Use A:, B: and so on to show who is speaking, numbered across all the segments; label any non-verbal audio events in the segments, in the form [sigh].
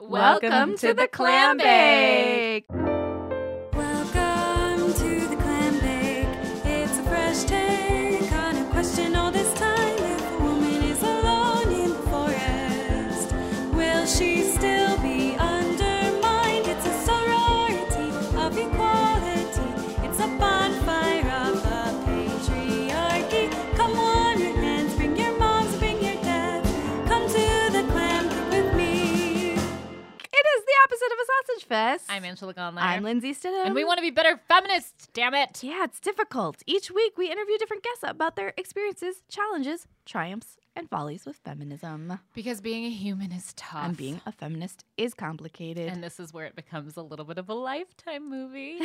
A: Welcome, to, the Clam Bake.
B: Welcome to the Clam Bake. It's a fresh take on a question all this time. If a woman is alone in the forest, will she still be undermined? It's a sorority of equality. It's a bonfire of a patriarchy. Come on, your hands, bring your moms, bring your dads. Come to the Clam Bake with me.
A: It is the opposite of a sausage fest.
C: I'm Angela Gonler.
A: I'm Lindsay Stidham.
C: and we want to be better feminists, damn it.
A: Yeah, it's difficult. Each week we interview different guests about their experiences, challenges, triumphs, and follies with feminism.
C: Because being a human is tough.
A: And being a feminist is complicated.
C: And this is where it becomes a little bit of a
A: [laughs]
C: lifetime movie.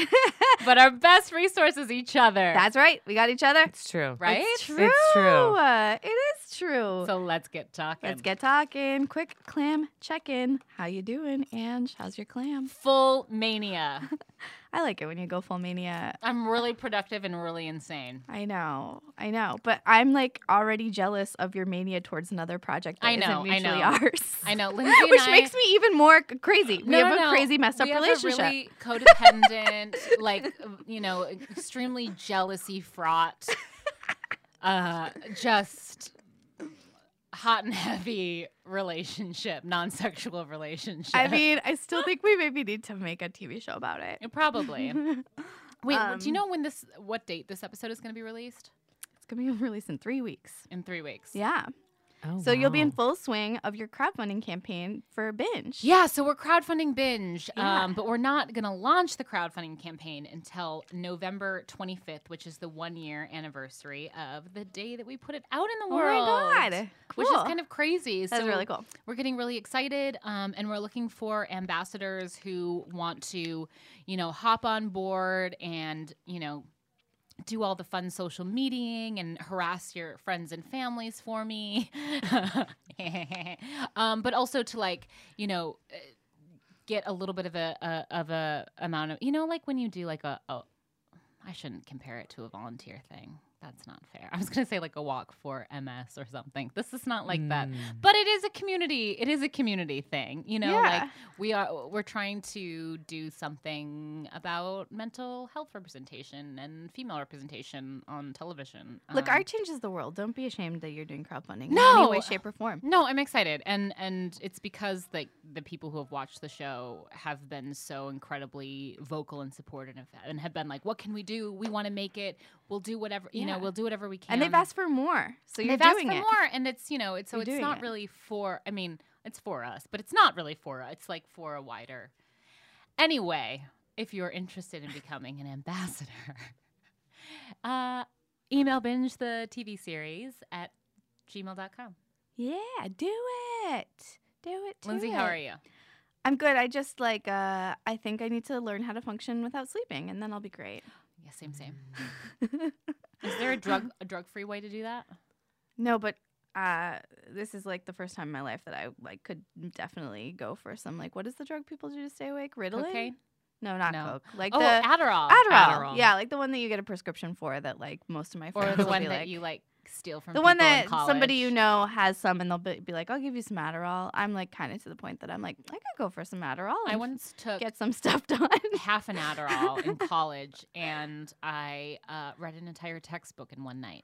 C: but our best resource is each other.
A: That's right. We got each other.
D: It's true.
C: right?
A: It's true.
D: It's true.
A: Uh, It is true.
C: So let's get talking.
A: Let's get talking. Quick clam check-in. How you doing, Ange? How's your clam?
C: full mania.
A: I like it when you go full mania.
C: I'm really productive and really insane.
A: I know, I know, but I'm like already jealous of your mania towards another project that
C: I know,
A: not
C: I
A: mutually
C: know.
A: ours. [laughs]
C: I know. Lindsay and
A: Which
C: I,
A: makes me even more c- crazy.
C: No,
A: we
C: no,
A: have
C: no.
A: a crazy messed up
C: we
A: relationship.
C: Have a really codependent, [laughs] like you know, extremely jealousy fraught, uh, just hot and heavy relationship, non-sexual relationship. [laughs]
A: I mean, I still think we maybe need to make a TV show about it. [laughs]
C: probably.
A: it's
C: Wait, do you
A: Um,
C: know when this? What date this episode is going to be released?
A: gonna be [laughs] released in three weeks.
C: In three weeks.
A: Yeah.
D: Oh,
A: so you'll be in
D: wow.
A: full swing of your crowdfunding campaign for binge.
C: Yeah, so we're crowdfunding binge,
A: Yeah.
C: um, but we're not going to launch the crowdfunding campaign until November 25th, which is the one year anniversary of the day that we put it out in
A: Oh
C: the world.
A: my god. Cool.
C: Which is kind of crazy.
A: that's
C: so
A: really cool.
C: we're getting really excited, um, and we're looking for ambassadors who want to, you know, hop on board and you know, do all the fun social meeting and harass your friends and families for me, [laughs] um, but also to like, you know. uh, Get a little bit of a, a of a amount of you know like when you do like a, a I shouldn't compare it to a volunteer thing that's not fair [laughs] I was gonna say like a walk for MS or something this is not like that
D: Mm.
C: but it is a community it is a community thing you know
A: Yeah.
C: like [laughs] we are we're trying to do something about mental health representation and female representation on television
A: Look,
C: Um,
A: art changes the world. Don't be ashamed that you're doing crowdfunding in
C: No.
A: any way, shape, or form.
C: no i'm excited and and it's because like the people who have watched the show have been so incredibly vocal and supportive of that and have been like what can we do we want to make it we'll do whatever you know
A: Yeah.
C: we'll do whatever we can
A: And they've asked for more. So you're
C: they've asked
A: doing
C: for
A: it.
C: more and it's you know it's so
A: You're
C: it's
A: doing
C: not
A: it.
C: really for i mean it's for us but it's not really for us it's like for a wider anyway if you're interested in becoming an ambassador [laughs] uh email binge the tv series at gmail.com
A: Yeah, do it. Do it. do
C: lindsay how
A: it.
C: are you
A: I'm good. I just like uh I think I need to learn how to function without sleeping and then I'll be great.
C: yeah
A: [laughs]
C: same same is there a drug a drug free way to do that
A: No, but uh this is like the first time in my life that I like could definitely go for some like what is the drug people do to stay awake? Ritalin?
C: okay
A: No, not
C: No.
A: coke. Like
C: oh
A: the
C: adderall
A: Adderall. Yeah, like the one that you get a prescription for that like most of my friends
C: or the
A: will
C: one
A: be
C: that
A: like,
C: you like steal from
A: the one
C: people in
A: that somebody
C: college.
A: you know has some and they'll be, be like, I'll give you some Adderall. I'm like kind of to the point that I'm like, I could go for some Adderall.
C: i
A: and
C: once took
A: get some stuff [laughs] done.
C: half an Adderall in college, and I uh, read an entire textbook in one night.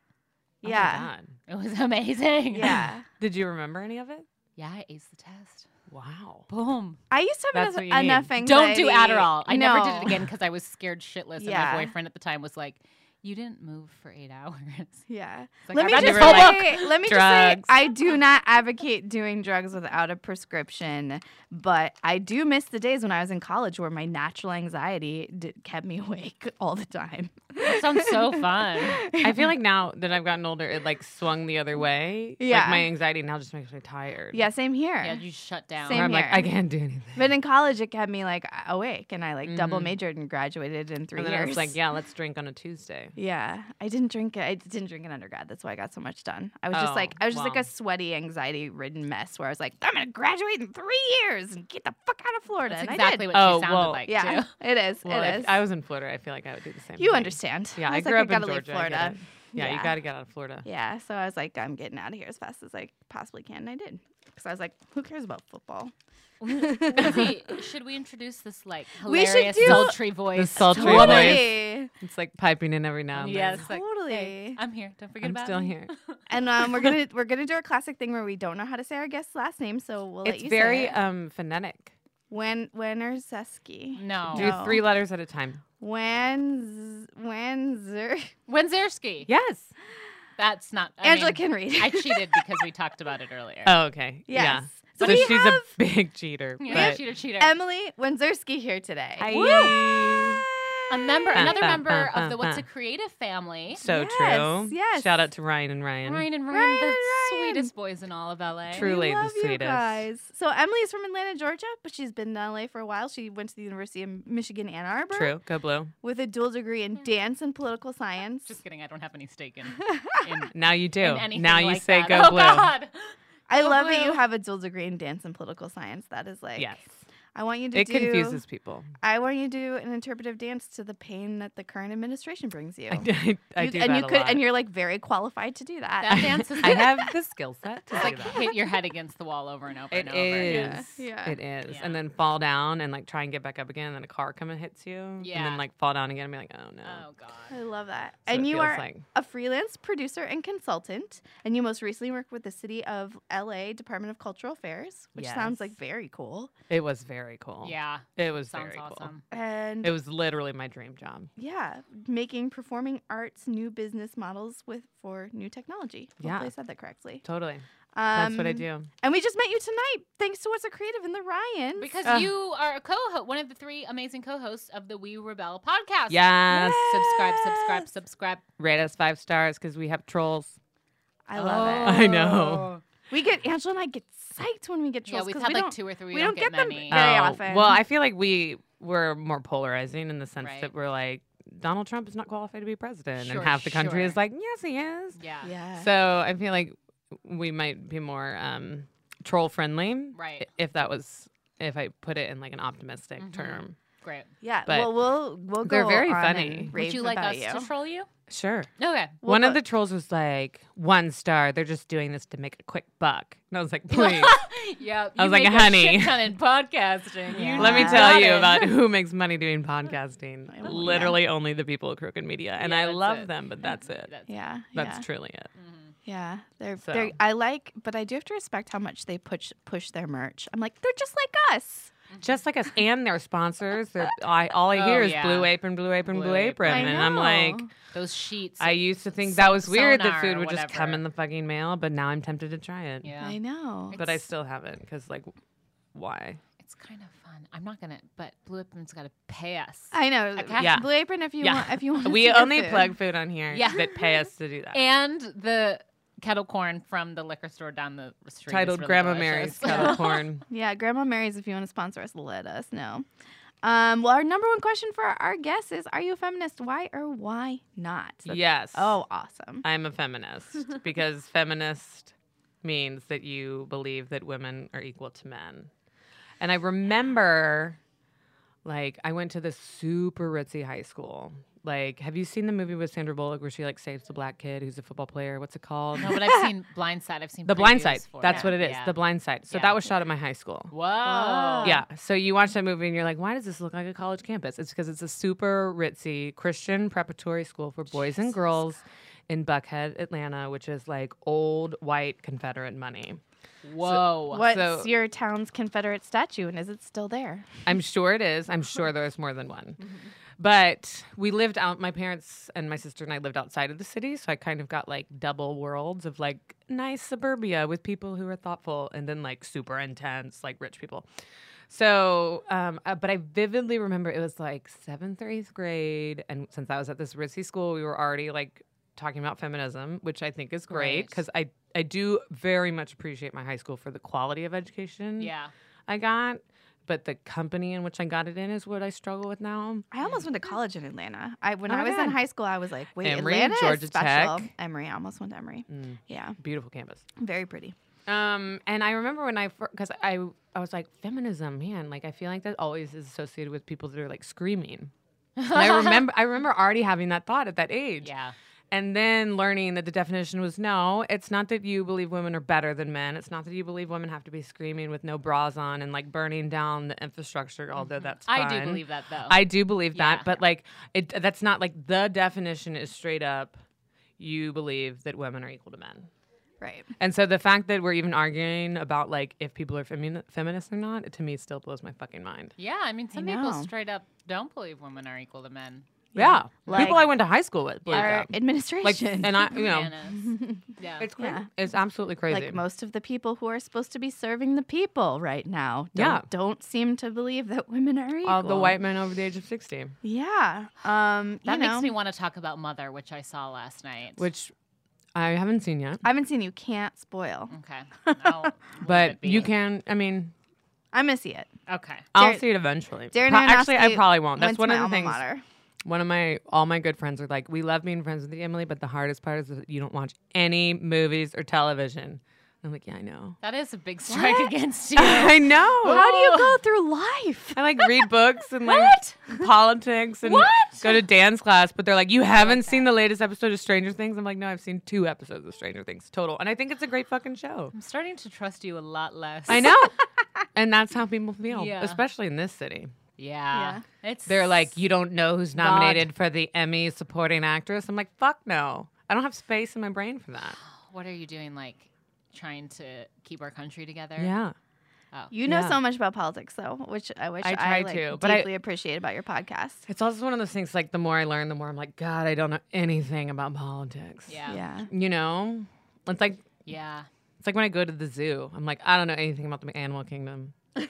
D: Oh my
A: yeah.
D: God.
C: It was [laughs] amazing.
A: Yeah.
D: Did you remember any of it?
C: yeah, I aced the test.
D: Wow.
C: Boom.
A: [laughs] I used to have
D: That's what you
A: enough, enough anxiety.
C: Don't do Adderall. I never did
A: No.
C: it again because I was scared shitless, and
A: Yeah.
C: my boyfriend at the time was like, "You didn't move for eight [laughs] hours." It's
A: [laughs] Yeah.
C: like,
A: Let
C: I
A: me
C: read
A: just
C: this
A: say,
C: whole book.
A: let me just say,
D: Drugs.
A: I do not advocate doing drugs without a prescription, but I do miss the days when I was in college where my natural anxiety d- kept me [laughs] awake all the time.
C: That sounds
A: [laughs]
C: so fun.
D: I feel like now that I've gotten older, it like swung the other way.
A: Yeah.
D: Like my anxiety now just makes me tired.
A: Yeah, same here.
C: Yeah, you shut down.
D: Where
A: Same.
D: I'm like,
A: here.
D: I can't do anything.
A: But in college, it kept me like awake, and I like double
C: Mhm.
A: majored and graduated in three
D: and then
A: years.
D: I was like, yeah, let's drink on a Tuesday.
A: Yeah, I didn't drink it. I didn't drink in undergrad. That's why I got so much done. I was just
D: Oh,
A: like, I was just like
D: wow.
A: a sweaty, anxiety-ridden mess where I was like, I'm gonna graduate in three years and get the fuck out of Florida.
C: That's
A: and I
C: exactly
A: did.
C: what
D: Oh,
C: she sounded
D: well,
C: like.
A: yeah, [laughs]
C: too.
A: it is.
D: Well,
A: it
D: if
A: is.
D: I was in Florida, I feel like I would do the same
A: you
D: thing.
A: understand?
D: Yeah, I,
A: was
D: grew
A: like,
D: up
A: I gotta
D: in Georgia.
A: leave
D: I get
A: Florida.
D: it. Yeah, you got to get out of Florida.
A: Yeah, so I was like, I'm getting out of here as fast as I possibly can. And I did because I was like, who cares about football?
C: Lindsay, should we introduce this like
A: We should
C: hilarious
A: do-
C: sultry voice?
D: sultry Three voice.
A: Totally.
D: It's like piping in every now and
C: [laughs]
D: then.
C: Yes, like,
A: Totally.
C: hey, I'm here. Don't forget
D: I'm
C: about
D: still
C: me.
D: here.
C: [laughs]
A: and um, we're gonna we're gonna do our classic thing where we don't know how to say our guest's last name, so we'll let
D: It's
A: you
D: very
A: say it.
D: um phonetic.
A: when Wennerzeski.
C: No.
A: Dude.
D: Do
A: No.
D: three letters at a time.
A: When Wenzer
C: Wenzerski.
D: Yes.
C: That's not. I
A: Angela
C: mean,
A: can read.
C: I cheated because we talked about it earlier.
D: Oh, okay.
A: [laughs]
D: Yeah.
A: yes. So,
D: So
A: we
D: she's
A: have
D: a big cheater.
C: Yeah,
D: but-
C: cheater, cheater.
A: Emily Wenzerski here today.
D: Woo!
C: a member,
D: Bum,
C: another
D: bum,
C: member
D: bum,
C: of the
D: bum,
C: What's a
D: bum.
C: Creative family.
D: So
A: Yes,
D: true.
A: yes.
D: Shout out to Ryan and Ryan.
C: Ryan and Ryan,
A: Ryan
C: the
A: and Ryan.
C: sweetest boys in all of LA.
A: We
D: True. truly the
A: love you
D: sweetest.
A: guys. So Emily is from Atlanta, Georgia, but she's been in LA for a while. She went to the University of Michigan Ann Arbor
D: True. Hmm. Go blue.
A: with a dual degree in dance and political science.
C: Just kidding. I don't have any
A: [laughs]
C: stake in, in,
D: Now you do.
C: in anything.
D: now you
C: like
D: say
C: that.
D: go
C: oh,
D: blue.
C: [laughs] God.
A: I
C: Go
A: love that
C: blue.
A: you have a dual degree in dance and political science. That is like
D: Yes.
A: I want you to
D: It
A: do
D: confuses people.
A: I want you to do an interpretive dance to the pain that the current administration brings you.
D: I, do- I, I
A: You-
D: do
A: and
D: that
A: you
D: a
A: could
D: lot.
A: and you're like very qualified to do that.
C: That
D: [laughs]
C: dance is
D: I
C: like-
D: have the skill set to
C: It's
D: do
C: like
D: that.
C: hit your head against the wall over and over and
D: It
C: over again.
D: is.
A: Yeah.
D: It is.
C: Yeah.
D: And then fall down and like try and get back up again. And then a car come and hits you. And
C: Yeah.
D: then like fall down again and be like, oh no.
C: Oh, God.
A: I love that.
D: So
A: and
D: it
A: you
D: feels
A: are
D: like-
A: a freelance producer and consultant, and you most recently worked with the City of LA Department of Cultural Affairs, which sounds like
D: Yes.
A: very cool.
D: It was very cool.
C: Yeah.
D: It was
C: Sounds
D: very
C: awesome.
A: And
D: cool. It was literally my dream job.
A: yeah, making performing arts new business models with for new technology. Hopefully
D: Yeah.
A: I said that correctly.
D: Totally.
A: Um,
D: That's what I do.
A: And we just met you tonight, thanks to What's a Creative and the Ryans.
C: Because
D: Uh.
C: you are a co-host, one of the three amazing co-hosts of the We Rebel podcast.
D: Yes.
C: Subscribe, subscribe,
A: Yes.
C: subscribe.
D: Rate us five stars because we have trolls.
A: I love
D: Oh.
A: it.
D: I know.
A: We get Angela and I get psyched when we get
C: Yeah,
A: trolls.
C: we've
A: 'cause
C: had
A: we
C: like
A: don't-
C: two or three.
A: we don't get them
C: many.
D: Oh.
A: very often.
D: Well, I feel like we were more polarizing in the sense
C: Right.
D: that we're like, Donald Trump is not qualified to be president.
C: Sure,
D: and half the country
C: sure.
D: is like, yes, he is.
C: Yeah.
A: Yeah.
D: So I feel like we might be more um, troll friendly.
C: Right.
D: i- If that was, if I put it in like an optimistic
C: Mhm.
D: term.
C: Great.
A: yeah.
D: but
A: Well, we'll we'll go.
D: they're very
A: on
D: funny.
A: and
D: Would
A: rave
C: Would you like
A: about
C: us
A: you.
C: to troll you?
D: Sure.
C: [laughs] Okay.
A: We'll
D: one
A: go-
D: of the trolls was like, one star. They're just doing this to make a quick buck. And
C: [laughs]
D: I was like, please,
C: Yeah. you
D: I was like,
C: make a
D: honey.
C: shit ton in podcasting. You [laughs]
D: let me
A: Yeah.
D: tell
C: got
D: you
C: it. Oh,
D: about [laughs] who makes money
C: [laughs]
D: doing podcasting.
A: I will- yeah.
D: Literally only the people at Crooked Media. And
C: Yeah,
D: I
C: that's
D: love
C: it.
D: them, but that's it.
C: That's-
A: Yeah.
D: That's
A: yeah.
D: truly it.
C: mhm.
A: Yeah, they're,
D: So-
A: they're I like, but I do have to respect how much they push push their merch. I'm like, they're just like us.
C: [laughs]
D: Just like us and their sponsors. They're, I, all I
C: Oh,
D: hear is
C: yeah.
D: Blue Apron, Blue Apron, Blue,
C: Blue
D: Apron.
A: I
D: And I'm like,
A: know.
C: Those sheets.
D: I used to think
C: so-
D: that was weird
C: sonar
D: that food
C: or
D: would just come
C: whatever.
D: in the fucking mail, but now I'm tempted to try it.
C: yeah.
A: I know.
D: But I
C: It's-
D: still haven't because, like,
C: [laughs]
D: why?
C: It's kind of fun. I'm not gonna, but Blue Apron's gotta pay us.
A: I know.
C: Okay.
D: Yeah.
A: Blue Apron, if you
D: Yeah.
A: want, if
D: [laughs]
A: you want,
D: We only plug food on here
C: Yeah.
D: that pay us to
C: [laughs]
D: do that.
C: and the kettle corn from the liquor store down the street. is
D: Titled
C: really
D: Grandma
C: [laughs]
D: Mary's
C: delicious.
D: Kettle Corn.
A: Yeah, Grandma Mary's. If you want to sponsor us, let us know. Um, well, our number one question for our guests is: Are you a feminist? Why or why not? That's-
D: yes.
A: Oh, awesome.
D: I'm
C: [laughs]
D: a feminist because feminist means that you believe that women are equal to men. And I remember, like, I went to this super ritzy high school. Like, have you seen the movie with Sandra Bullock where she like saves the black kid who's a football player? What's it called?
C: no, but I've [laughs] seen Blind Side. I've seen
D: the Blind
C: previews
D: Side.
C: for
D: That's
C: it.
D: what it is.
C: Yeah.
D: The Blind Side. So
C: Yeah.
D: that was shot at my high school.
C: Whoa.
D: Yeah. So you watch that movie and you're like, why does this look like a college campus? It's because it's a super ritzy Christian preparatory school for boys and girls in Buckhead, Atlanta, which is like old white Confederate money.
C: Whoa.
A: What's
D: so-
A: your town's Confederate statue, and is it still there?
D: I'm sure it is. I'm sure there's more than one. But we lived out, my parents and my sister and I lived outside of the city. So I kind of got like double worlds of like nice suburbia with people who are thoughtful and then like super intense, like rich people. So, um, uh, but I vividly remember it was like seventh or eighth grade. And since I was at this ritzy school, we were already like talking about feminism, which I think is great
C: Great.
D: because I, I do very much appreciate my high school for the quality of education.
C: Yeah.
D: I got, but the company in which I got it in is what I struggle with now.
A: I almost went to college in Atlanta. I when
D: Oh
A: I
D: my
A: was in
D: God.
A: high school, I was like, wait,
D: Emory,
A: Atlanta
D: Georgia
A: is special.
D: Tech.
A: Emory, I almost went to Emory.
D: Mm.
A: Yeah,
D: Beautiful campus.
A: very pretty.
D: Um, and I remember when I because I I was like feminism, man. Like I feel like that always is associated
C: [laughs]
D: with people that are like screaming. And I remember I remember already having that thought at that age.
C: Yeah.
D: And then learning that the definition was no, it's not that you believe women are better than men. It's not that you believe women have to be screaming with no bras on and like burning down the infrastructure, although that's
C: Mm-hmm. I do
D: fun.
C: believe that though.
D: I do believe
C: Yeah.
D: that, but like it that's not like the definition is straight up you believe that women are equal to men.
A: Right.
D: And so the fact that we're even arguing about like if people are femi- feminist or not, it, to me still blows my fucking mind.
C: yeah, I mean, some people
A: know.
C: straight up don't believe women are equal to men.
D: Yeah. people
A: Like-
D: I went to high school with believe
A: Our
D: that. Like
A: administration.
D: and I
A: [laughs]
D: you know [laughs]
C: Bananas. yeah.
D: it's crazy.
A: Yeah.
D: It's absolutely crazy.
A: like most of the people who are supposed to be serving the people right now don't,
D: Yeah.
A: don't seem to believe that women are equal.
D: all the white men over the age of 60,
A: Yeah. Um,
C: that
A: you
C: makes
A: know,
C: me want to talk about Mother, which I saw last night.
D: which I haven't seen yet.
A: I haven't seen you can't spoil.
D: [laughs]
C: okay, I'll leave
D: But
C: it be.
D: you can, I mean,
A: I'm gonna see it.
C: Okay,
A: Darren-
D: I'll see it eventually.
A: Darren
D: Pro- actually, I
A: Aronofsky
D: probably
A: went
D: won't. That's
A: to
D: one
A: my
D: of the
A: alma
D: things.
A: mater.
D: One of my all my good friends are like, we love being friends with you, Emily, but the hardest part is that you don't watch any movies or television. I'm like, yeah, I know. [laughs]
C: that is a big strike against you.
D: I know.
A: How do you
D: Oh.
A: go through life?
D: I like read books and like politics and go to dance class, but they're like, you haven't seen the latest episode of Stranger Things. I'm like, no, I've seen two episodes of Stranger Things total, and I think it's a great fucking show.
C: I'm starting to trust you a lot less.
D: I know, and that's how people feel,
C: Yeah.
D: especially in this city.
C: Yeah, it's
D: They're like, you don't know who's
C: Rod.
D: nominated for the Emmy supporting actress. I'm like, fuck no. I don't have space in my brain for that.
C: what are you doing? Like trying to keep our country together.
D: Yeah.
A: You know
D: Yeah.
A: so much about politics, though, which I wish
D: I
A: I,
D: try
A: like,
D: to, but I-
A: deeply appreciate about your podcast.
D: It's also one of those things like the more I learn, the more I'm like, God, I don't know anything about politics.
C: Yeah. Yeah.
A: yeah.
D: You know? It's like it's like when I go to the zoo. I'm like, I don't know anything about the animal kingdom.
A: [laughs]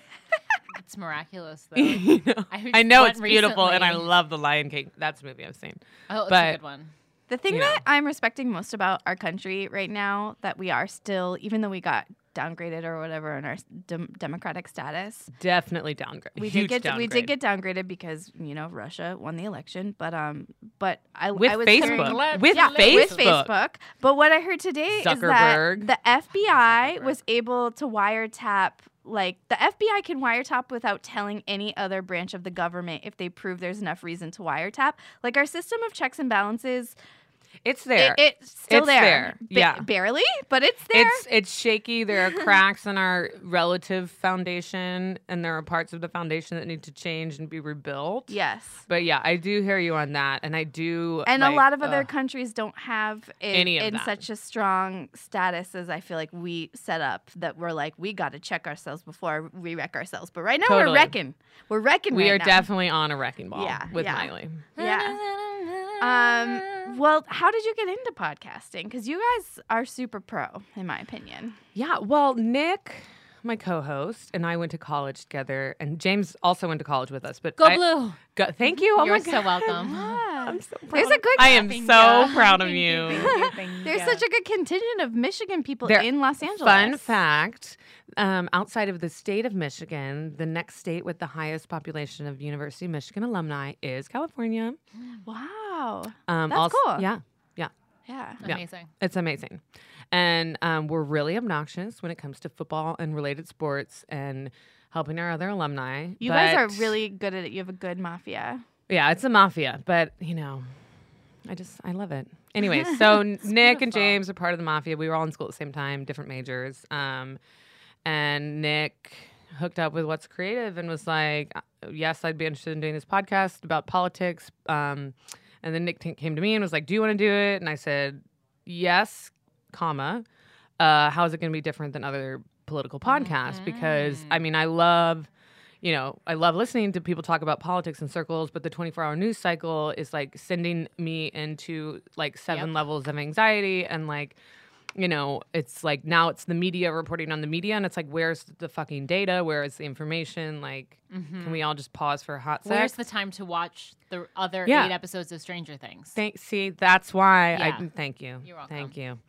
C: It's
D: [laughs]
C: miraculous though.
D: You know?
C: I
D: I know
C: went
D: it's beautiful and I
C: recently.
D: love The Lion King. That's a movie I've seen.
C: Oh, it's a
D: But-
C: good
D: [laughs]
C: one.
A: The thing
D: Yeah.
A: that I'm respecting most about our country right now that we are still, even though we got downgraded or whatever in our s- dem- democratic status,
D: Definitely downgrade.
A: we
D: Huge
A: did get
D: downgrade.
A: we did get downgraded because you know Russia won the election, but um, but I
D: with
A: I was hearing-
D: Facebook.
C: Let's-
D: with
A: yeah,
D: Facebook.
A: with Facebook. But what I heard today
D: Zuckerberg.
A: is that the FBI
C: Zuckerberg.
A: was able to wiretap. Like the FBI can wiretap without telling any other branch of the government if they prove there's enough reason to wiretap. Like our system of checks and balances,
D: It's
A: it,
D: there.
A: it's still
D: It's
A: there.
D: there. Yeah.
A: barely, but it's there.
D: It's it's
A: [laughs]
D: shaky. There are cracks in our relative foundation, and there are parts of the foundation that need to change and be rebuilt.
A: yes,
D: But yeah, I do hear you on that, and I do.
A: and a
D: like,
A: lot of other
D: ugh.
A: countries don't have it
D: Any of
A: in
D: that.
A: such a strong status as I feel like we set up that we're like we got to check ourselves before we wreck ourselves. But right now we're
D: Totally.
A: wrecking. We're wrecking.
D: we
A: right
D: are
A: now.
D: definitely on a wrecking ball
A: Yeah,
D: with
A: yeah.
D: Miley.
A: Yeah. Um, well, how did you get into podcasting? Because you guys are super pro, in my opinion.
D: [gasps] Yeah. Well, Nick, my co-host, and I went to college together, and James also went to college with us. But
C: Go
D: I-
C: blue.
D: Go- thank you. Oh
C: You're
D: my
C: so
D: God.
C: welcome.
A: I'm so
D: There's a good. I am so proud of you.
A: [laughs] There's such a good contingent of Michigan people
D: There-
A: in Los Angeles.
D: Fun fact um, outside of the state of Michigan, the next state with the highest population of University of Michigan alumni is California.
A: Wow.
D: Um,
A: That's
D: also-
A: cool.
D: Yeah, yeah.
A: Yeah.
D: Yeah.
C: Amazing.
D: It's amazing. And um, we're really obnoxious when it comes to football and related sports and helping our other alumni.
A: You guys are
D: but-
A: really good at it. You have a good mafia.
D: Yeah, it's a mafia, but you know, I just I love it.
A: [laughs]
D: Anyway, so Nick and
C: beautiful.
D: James are part of the mafia. We were all in school at the same time, different majors. Um, and Nick hooked up with What's Creative and was like, "Uh, "Yes, I'd be interested in doing this podcast about politics." Um, and then Nick t- came to me and was like, "Do you want to do it?" And I said, "Yes, comma. Uh, how is it going to be different than other political podcasts? Because I mean, I love." you know, I love listening to people talk about politics in circles, but the 24 hour news cycle is like sending me into like seven levels of anxiety. And like, you know, it's like now it's the media reporting on the media. And it's like, where's the fucking data? Where is the information? Like, can we all just pause for a hot
C: Where's
D: sec?
C: the time to watch the other
D: Yeah.
C: eight episodes of Stranger Things?
D: Thank, see, that's why
C: Yeah.
D: I thank you.
C: You're
D: Thank you.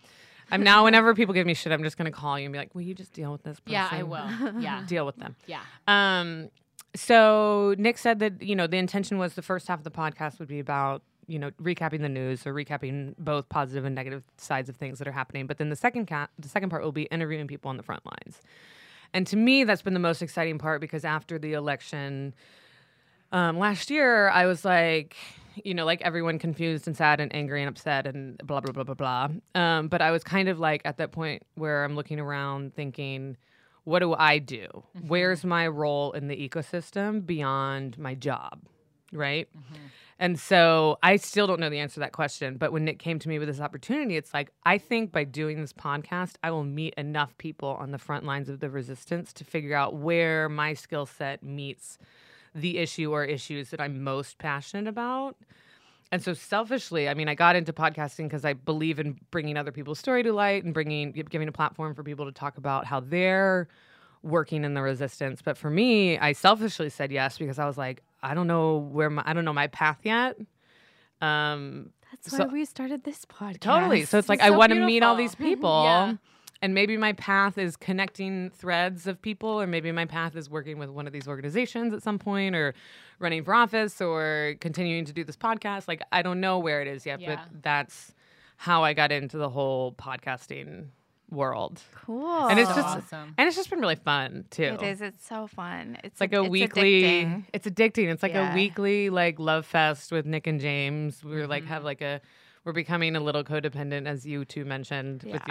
D: I'm now, whenever people give me shit, I'm just going to call you and be like, will you just deal with this person?
C: yeah, I will. Yeah.
D: [laughs] Deal with them.
C: Yeah.
D: Um, so Nick said that you know the intention was the first half of the podcast would be about you know recapping the news or recapping both positive and negative sides of things that are happening, but then the second ca- the second part will be interviewing people on the front lines. And to me, that's been the most exciting part because after the election um, last year, I was like, you know, like everyone confused and sad and angry and upset and blah, blah, blah, blah, blah. Um, but I was kind of like at that point where I'm looking around thinking, what do I do? Where's my role in the ecosystem beyond my job? Right. And so I still don't know the answer to that question. But when Nick came to me with this opportunity, it's like, I think by doing this podcast, I will meet enough people on the front lines of the resistance to figure out where my skill set meets the issue or issues that I'm most passionate about. And so selfishly, I mean, I got into podcasting because I believe in bringing other people's story to light and bringing gi- giving a platform for people to talk about how they're working in the resistance. But for me, I selfishly said yes because I was like, I don't know where my I don't know my path yet. Um,
A: That's
D: So-
A: why we started this podcast.
D: Totally. So it's like I
C: so
D: want to meet all these
C: beautiful. Mm-hmm.
D: people.
C: Yeah.
D: And maybe my path is connecting threads of people, or maybe my path is working with one of these organizations at some point, or running for office, or continuing to do this podcast. Like, I don't know where it is yet,
C: Yeah.
D: but that's how I got into the whole podcasting world.
A: cool.
D: And it's
C: So
D: just,
C: awesome.
D: and it's just been really fun too.
A: It is. It's so fun. It's
D: It's like
A: ad-
D: a
A: it's
D: weekly.
A: addicting.
D: It's addicting. It's like
A: Yeah.
D: a weekly like love fest with Nick and James. We're like have
A: Mm-hmm.
D: like a we're becoming a little codependent as you two mentioned with
A: Yeah.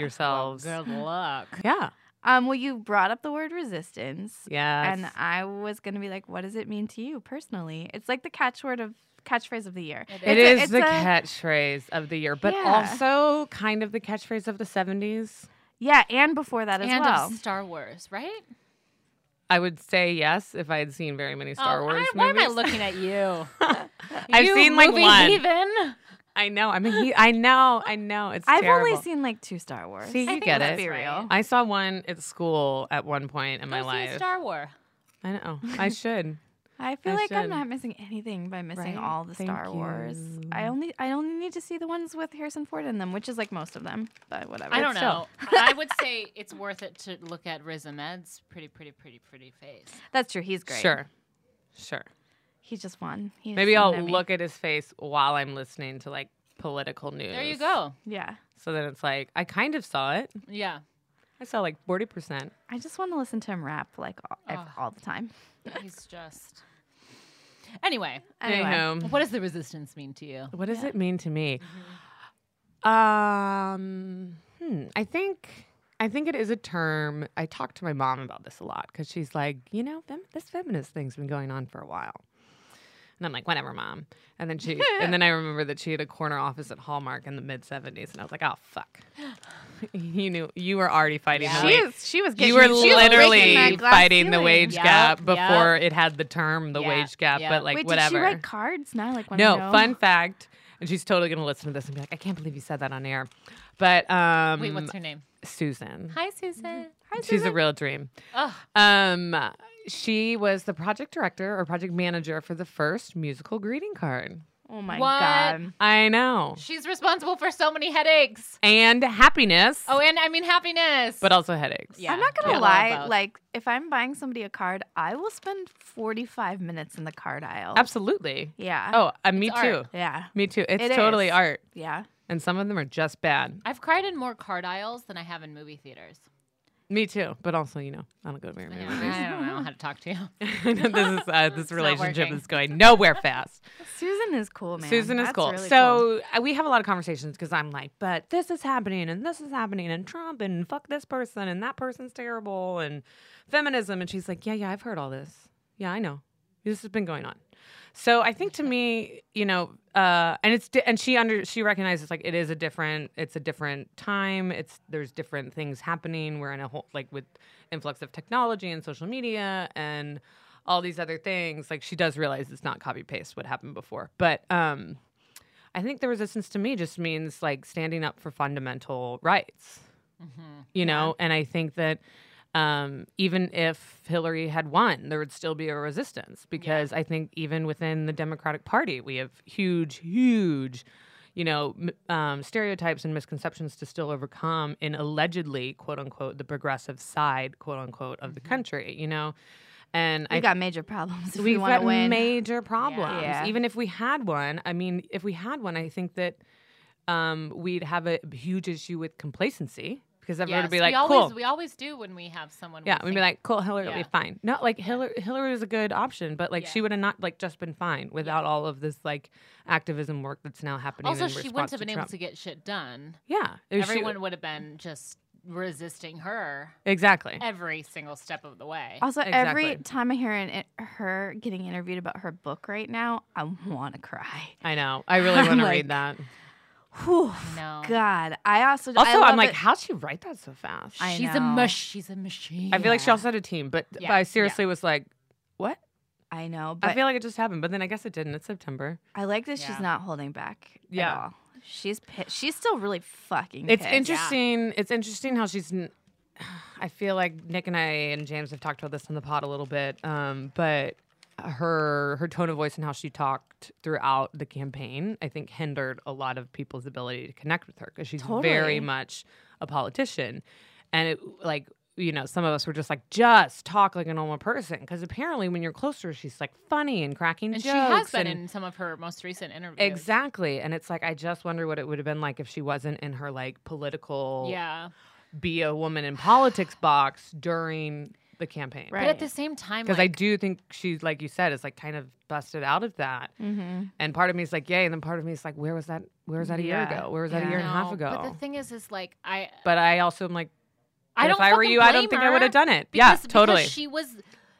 A: [laughs]
D: yourselves.
C: Good luck.
D: yeah.
A: Um. Well, you brought up the word resistance.
D: Yeah.
A: And uh, I was gonna be like, what does it mean to you personally? It's like the catchword of catchphrase of the year.
C: It
A: It's
D: it
A: a-
D: is
A: it's
D: the
A: a-
D: catchphrase of the year, but
A: Yeah.
D: also kind of the catchphrase of the 70s.
A: Yeah, and before that as
C: and
A: well.
C: of Star Wars, right?
D: I would say yes if I had seen very many Star
C: oh,
D: Wars
C: I,
D: movies.
C: why am I looking at you?
D: [laughs] I've
C: You
D: seen like
C: movie
D: one.
C: Heathen.
D: I know. I mean, he, I know. I know. It's
A: I've
D: terrible.
A: only seen like two Star Wars.
D: See, you
A: think
D: get
A: let's
D: it.
A: Be real.
D: I saw one at school at one point in my
C: Go see
D: life.
C: Star Wars.
D: I know. I should.
A: I feel
D: I
A: like
D: should.
A: I'm not missing anything by missing
D: Right?
A: all the
D: Thank
A: Star Wars. I
D: you.
A: only I only need to see the ones with Harrison Ford in them, which is like most of them. But whatever.
C: I don't
D: But
C: know.
D: [laughs]
C: I would say it's worth it to look at Riz Ahmed's pretty, pretty, pretty, pretty face.
A: That's true. He's [laughs] great.
D: Sure. Sure.
A: He just won. He just
D: Maybe
A: won
D: I'll
A: an Emmy.
D: look at his face while I'm listening to like political news.
C: There you go.
A: Yeah.
D: So then it's like I kind of saw it.
C: Yeah,
D: I saw like 40%.
A: I just want to listen to him rap like all, ev-
C: Ugh.
A: all the time.
C: he's just. Anyway,
A: Anyway.
D: Anywho,
C: what does the resistance mean to you?
D: what does it mean to me?
A: Mm-hmm.
D: Um, hmm, I think I think it is a term. I talk to my mom about this a lot because she's like, you know, fem- this feminist thing's been going on for a while. And I'm like, whatever, mom. And then she, and
A: [laughs]
D: then I remember that she had a corner office at Hallmark in the mid '70s, and I was like, oh
A: [gasps]
D: fuck, you knew you were already fighting the
C: Yeah.
A: She
D: wage.
A: is. She was. Getting,
D: You were
A: she was breaking that
D: literally
A: glass
D: fighting the
A: ceiling.
D: wage
C: Yep,
D: gap
C: yep.
D: before it had the term the
C: Yeah,
D: wage gap,
C: yeah.
D: but like
A: Wait,
D: whatever.
A: did she write cards? Now, like when
D: no,
A: I know.
D: fun fact, and she's totally gonna listen to this and be like, I can't believe you said that on air. But um,
C: Wait, what's her name? Mm.
D: Susan?
C: Hi, Susan.
A: Hi,
D: she's a
A: Susan.
D: real dream.
C: Oh,
D: Um, she was the project director or project manager for the first musical greeting card.
A: oh my
C: What?
A: god.
D: I know,
C: she's responsible for so many headaches.
D: and happiness,
C: Oh, and I mean happiness.
D: but also headaches.
C: Yeah.
A: I'm not gonna
C: yeah.
A: lie.
C: About-
A: Like, if I'm buying somebody a card, I will spend 45 minutes in the card aisle.
D: absolutely.
A: Yeah.
D: Oh, uh, me
C: It's
D: too.
C: art.
A: Yeah.
D: Me too. It's
A: It
D: totally
A: is.
D: art,
A: Yeah.
D: and some of them are just bad.
C: I've cried in more card aisles than I have in movie theaters.
D: Me too, but also, you know, I don't go to
C: I
D: very many
C: don't
D: movies.
C: know how to talk
D: [laughs]
C: to you.
D: I know [laughs] this
C: [laughs]
D: is uh, this relationship
C: working.
D: is going nowhere fast.
A: Susan is cool, man.
D: Susan is
A: That's
D: cool.
A: really
D: so uh we have a lot of conversations because I'm like, but this is happening and this is happening and Trump and fuck this person and that person's terrible and feminism. And she's like, yeah, yeah, I've heard all this. Yeah, I know. This has been going on. So I think to me, you know, uh, and it's di- and she under she recognizes like it is a different it's a different time. It's there's different things happening. We're in a whole like with influx of technology and social media and all these other things. Like she does realize it's not copy paste what happened before, but um, I think the resistance to me just means like standing up for fundamental rights, you know. And I think that um, even if Hillary had won, there would still be a resistance because I think even within the Democratic Party, we have huge, huge, you know, m- um, stereotypes and misconceptions to still overcome in allegedly "quote unquote" the progressive side "quote unquote" of the country, you know. And
A: cool.
D: I
A: We got major problems if we
D: we've
A: want
D: got
A: to win.
D: major problems.
A: Yeah.
D: Even if we had one, I mean, if we had one, I think that um, we'd have a huge issue with complacency because everyone would be
C: we
D: like,
C: always,
D: cool.
C: we always do when we have someone.
D: yeah, we'd be
C: think-
D: like, cool, Hillary will
C: Yeah.
D: be fine. No, like Hillary, Hillary was a good option, but like
C: Yeah.
D: she would have not like just been fine without all of this like activism work that's now happening.
C: Also,
D: in
C: she wouldn't
D: response
C: have
D: to
C: been able
D: Trump.
C: to get shit done.
D: Yeah, It was- she-
C: Everyone would have been just resisting her
D: exactly.
C: every single step of the way.
D: Oh,
A: Also, every
D: Exactly.
A: time I hear an, it- her getting interviewed about her book right now, I want to cry.
D: I know.
C: [laughs]
D: I really
A: I'm
D: want to
A: like-
D: read that.
A: Whew,
C: No.
A: [sighs] God, I also I
D: Also,
A: love
D: I'm like,
A: it-
D: how'd she write that so fast?
A: I
C: She's
A: know.
C: a mush. She's a machine.
D: I feel like she
A: Yeah.
D: also had a team, but,
C: Yeah,
D: but I
C: yeah.
D: seriously was like, what?
A: I know, but
D: I feel like it just happened, but then I guess it didn't. It's September.
A: I like that
C: Yeah.
A: she's not holding back
D: Yeah.
A: at all. She's pissed. She's still really fucking.
D: It's
A: pissed.
D: interesting. It's interesting how she's. N- [sighs] I feel like Nick and I and James have talked about this on the pod a little bit, um, but her her tone of voice and how she talked throughout the campaign, I think, hindered a lot of people's ability to connect with her because she's
A: Totally.
D: very much a politician, and it like. You know, some of us were just like, just talk like a normal person. Because apparently, when you're closer, she's like funny and cracking
C: and
D: jokes.
C: she has been
D: and-
C: in some of her most recent interviews.
D: Exactly. And it's like, I just wonder what it would have been like if she wasn't in her like political
C: Yeah.
D: be a woman in politics box during the campaign.
A: Right.
C: But at the same time,
D: Because
C: like,
D: I do think she's, like you said, is like kind of busted out of that.
A: Mm-hmm.
D: And part of me is like, yay. And then part of me is like, where was that? Where was that a
A: Yeah.
D: year ago? Where was that
A: Yeah.
D: a year and a half
C: No,
D: ago?
C: But the thing is, is like I.
D: But I also am like,
C: I
D: but
C: don't
D: if I were
C: fucking
D: you, I don't
C: blame
D: think I
C: her
D: would have done it.
C: [laughs] Because,
D: yeah, totally.
C: Because she was,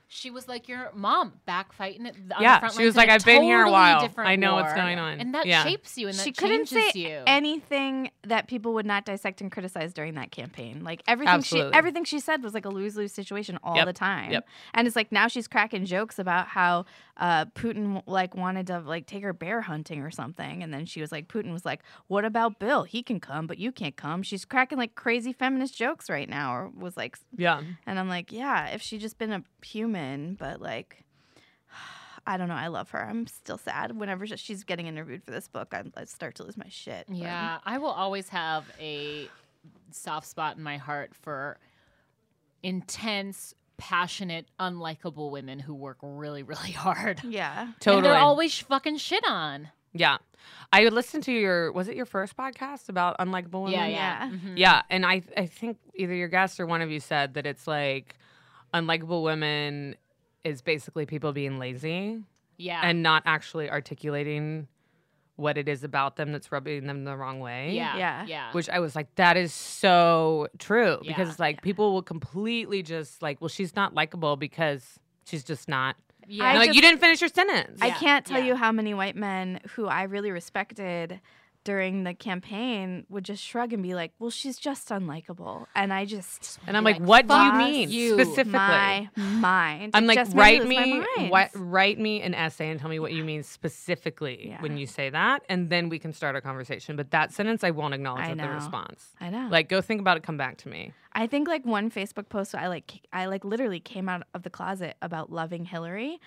C: she was like your mom back fighting it. On
D: Yeah,
C: the front
D: she
C: lines
D: was
C: in
D: like,
C: a
D: "I've been here a
C: totally
D: while.
C: different
D: I know what's
C: war."
D: going on.
C: and that
D: Yeah.
C: shapes you, and that
A: she couldn't say
C: changes you.
A: anything that people would not dissect and criticize during that campaign. Like everything
D: Absolutely.
A: she everything she said was like a lose lose situation all
D: Yep.
A: the time.
D: Yep.
A: And it's like now she's cracking jokes about how uh, Putin like wanted to like take her bear hunting or something, and then she was like, Putin was like, "What about Bill? He can come, but you can't come." She's cracking like crazy feminist jokes right now, or was like,
D: yeah.
A: and I'm like, yeah, if she just been a human, but like, [sighs] I don't know. I love her. I'm still sad. Whenever sh- she's getting interviewed for this book, I, I start to lose my shit. but-
C: Yeah, I will always have a soft spot in my heart for intense, passionate, unlikable women who work really, really [laughs] hard.
A: Yeah.
D: Totally.
C: And they're always sh- fucking shit on.
D: yeah. I would listen to your, was it your first podcast about unlikable women?
C: Yeah,
A: Yeah.
C: yeah. mhm.
D: Yeah, and I I think either your guest or one of you said that it's like unlikable women is basically people being lazy
C: Yeah.
D: and not actually articulating what it is about them that's rubbing them the wrong way.
C: yeah.
A: Yeah.
C: Yeah.
D: Which I was like, that is so true because
C: Yeah.
D: it's like people will completely just like, well, she's not likable because she's just not.
C: yeah.
A: I
D: And like,
A: just-
D: you didn't finish your sentence.
A: I
C: Yeah,
A: can't tell
C: yeah.
A: you how many white men who I really respected during the campaign would just shrug and be like, well, she's just unlikable. And I just.
D: and I'm like, what do you
A: fuck
D: mean
C: you,
D: specifically?
A: My mind.
D: I'm
A: It
D: like,
A: just made
D: write
A: lose
D: me,
A: my mind.
D: what, write me an essay and tell me what you mean specifically
A: Yeah.
D: when you say that, and then we can start a conversation. But that sentence, I won't acknowledge
A: I
D: with the
A: know.
D: response.
A: I know.
D: Like, go think about it. Come back to me.
A: I think like one Facebook post I like ca- I like literally came out of the closet about loving Hillary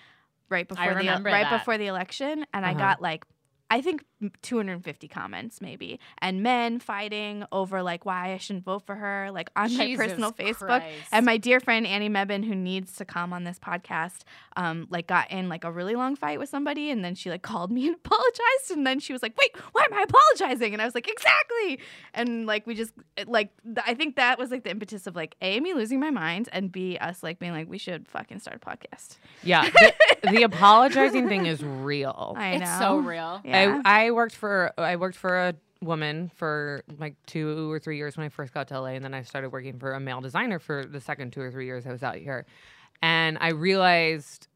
A: right before the right
C: remember that.
A: before the election and I
D: Uh-huh.
A: got like I think 250 comments maybe and men fighting over like why I shouldn't vote for her like on my
C: Jesus
A: personal Facebook
C: Christ.
A: and my dear friend Annie Mebin who needs to come on this podcast um like got in like a really long fight with somebody and then she like called me [laughs] and apologized and then she was like wait why am I apologizing and I was like exactly and like we just it, like th- I think that was like the impetus of like a me losing my mind and b us like being like we should fucking start a podcast. [laughs]
D: Yeah, the, the apologizing thing is real.
A: I know
C: It's
D: [laughs]
C: so real.
A: Yeah.
D: I, I worked for I worked for a woman for like two or three years when I first got to LA, and then I started working for a male designer for the second two or three years I was out here, and I realized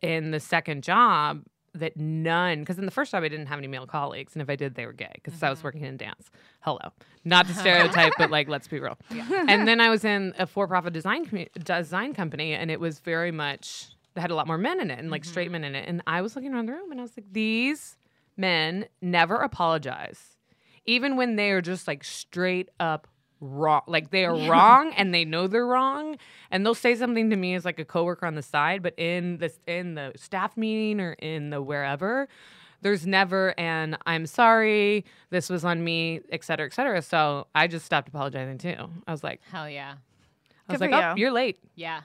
D: in the second job that none because in the first job I didn't have any male colleagues, and if I did, they were gay because I was working in dance. Hello, not to stereotype, but like let's be real. And then I was in a for-profit design commu- design company, and it was very much. Had a lot more men in it and like straight men in it. And I was looking around the room and I was like, these men never apologize, even when they are just like straight up wrong. Like they are wrong and they know they're wrong, and they'll say something to me as like a coworker on the side, but in this in the staff meeting or in the wherever. There's never an I'm sorry, this was on me, et cetera, et cetera. So I just stopped apologizing too. I was like,
C: Hell yeah.
D: I was
A: Good
D: like,
A: for
D: oh,
A: you.
D: you're late.
C: Yeah.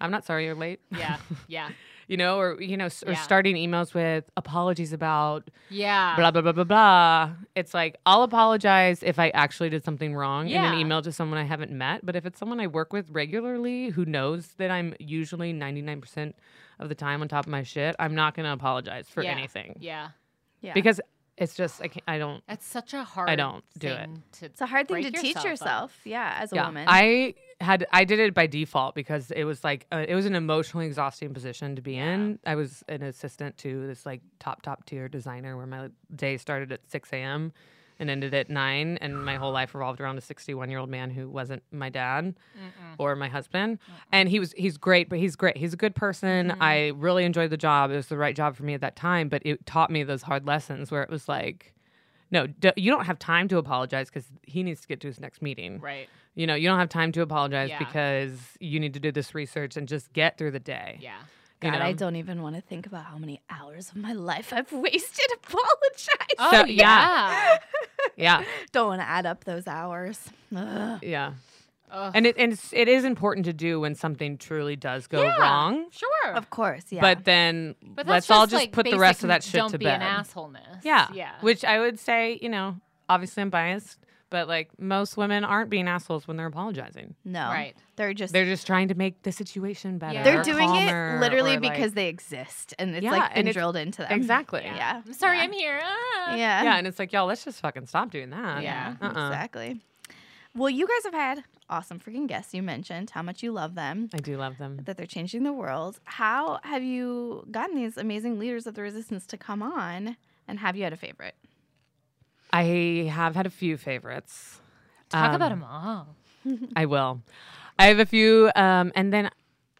D: I'm not sorry you're late. [laughs]
C: Yeah. Yeah.
D: you know, or you know, s- or
C: Yeah.
D: starting emails with apologies about
C: Yeah.
D: blah blah blah blah blah. It's like I'll apologize if I actually did something wrong in
C: Yeah.
D: an email to someone I haven't met, but if it's someone I work with regularly who knows that I'm usually 99% of the time on top of my shit, I'm not going to apologize for
C: Yeah.
D: anything.
C: Yeah.
A: Yeah.
D: Because it's just I, can't, I don't
C: That's such a hard
D: don't do it.
C: thing to
A: it's a hard thing to
C: break
A: teach
C: yourself of.
A: yourself. Yeah, as a woman.
D: I had I did it by default because it was like uh, it was an emotionally exhausting position to be in. I was an assistant to this like top top tier designer where my day started at six a.m. and ended at nine, and my whole life revolved around a sixty one year old man who wasn't my dad
A: Mm-hmm.
D: or my husband. And he was he's great, but he's great. He's a good person.
A: Mm-hmm.
D: I really enjoyed the job. It was the right job for me at that time, but it taught me those hard lessons where it was like. No, d- you don't have time to apologize because he needs to get to his next meeting.
C: Right.
D: You know, you don't have time to apologize
C: Yeah.
D: because you need to do this research and just get through the day.
C: Yeah.
A: God,
D: you know?
A: I don't even want to think about how many hours of my life I've wasted [laughs] apologizing.
C: Oh
D: So-
C: yeah.
D: [laughs] yeah. Yeah,
A: Don't want to add up those hours. Ugh.
D: yeah,
C: Ugh.
D: and it and it's, it is important to do when something truly does go
C: Yeah,
D: wrong.
C: Sure.
A: Of course, yeah.
D: But then
C: but that's
D: let's all just
C: like,
D: put the
C: basic
D: rest of that shit
C: don't
D: to
C: be
D: bed.
C: an assholeness.
D: Yeah,
C: Yeah.
D: Which I would say, you know, obviously I'm biased, but like most women aren't being assholes when they're apologizing.
A: no,
C: Right.
A: They're just
D: They're just trying to make the situation better.
C: Yeah.
A: they're
D: or
A: doing
D: calmer
A: it literally
D: or, like-
A: because they exist, and it's
D: Yeah,
A: like been
D: and it's-
A: drilled into them.
D: exactly.
A: Yeah.
D: yeah,
C: I'm sorry, I'm here.
D: uh,
C: Ah.
A: Yeah.
D: and it's like y'all, let's just fucking stop doing that.
C: Yeah.
D: uh-uh.
A: Exactly. Well, you guys have had awesome freaking guests. You mentioned how much you love them,
D: I do love them.
A: that they're changing the world. How have you gotten these amazing leaders of the resistance to come on? And have you had a favorite?
D: I have had a few favorites.
C: Talk
D: Um,
C: about them all.
D: I will. I have a few, um, and then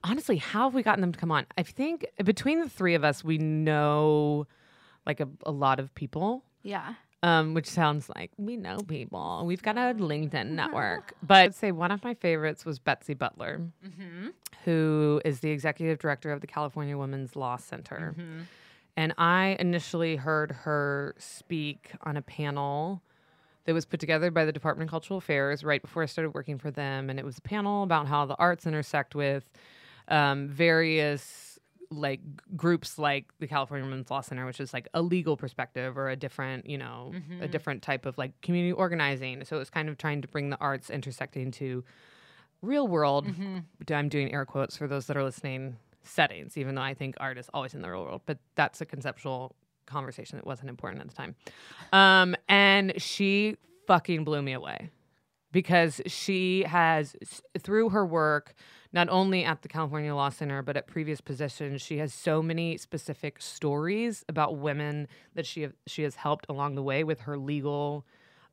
D: honestly, how have we gotten them to come on? I think between the three of us, we know like a, a lot of people.
A: Yeah.
D: Um, which sounds like we know people. We've got a
C: Mm-hmm.
D: LinkedIn network. But I'd say one of my favorites was Betsy Butler,
C: Mm-hmm.
D: who is the executive director of the California Women's Law Center.
C: Mm-hmm.
D: And I initially heard her speak on a panel that was put together by the Department of Cultural Affairs right before I started working for them. And it was a panel about how the arts intersect with um, various like g- groups like the California Women's Law Center, which is like a legal perspective or a different, you know, a different type of like community organizing. So it was kind of trying to bring the arts intersecting to real world. I'm doing air quotes for those that are listening settings, even though I think art is always in the real world, but that's a conceptual conversation that wasn't important at the time. Um, and she fucking blew me away because she has s- through her work not only at the California Law Center but at previous positions she has so many specific stories about women that she have, she has helped along the way with her legal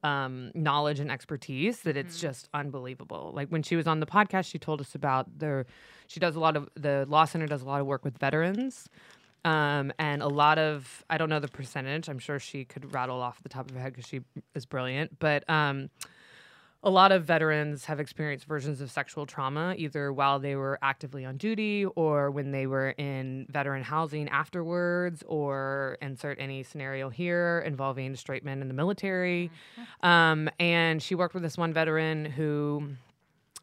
D: um, knowledge and expertise that it's just unbelievable. Like when she was on the podcast, she told us about their. She does a lot of the law center does a lot of work with veterans, um, and a lot of I don't know the percentage. I'm sure she could rattle off the top of her head because she is brilliant. But um, a lot of veterans have experienced versions of sexual trauma either while they were actively on duty or when they were in veteran housing afterwards or insert any scenario here involving straight men in the military um, and she worked with this one veteran who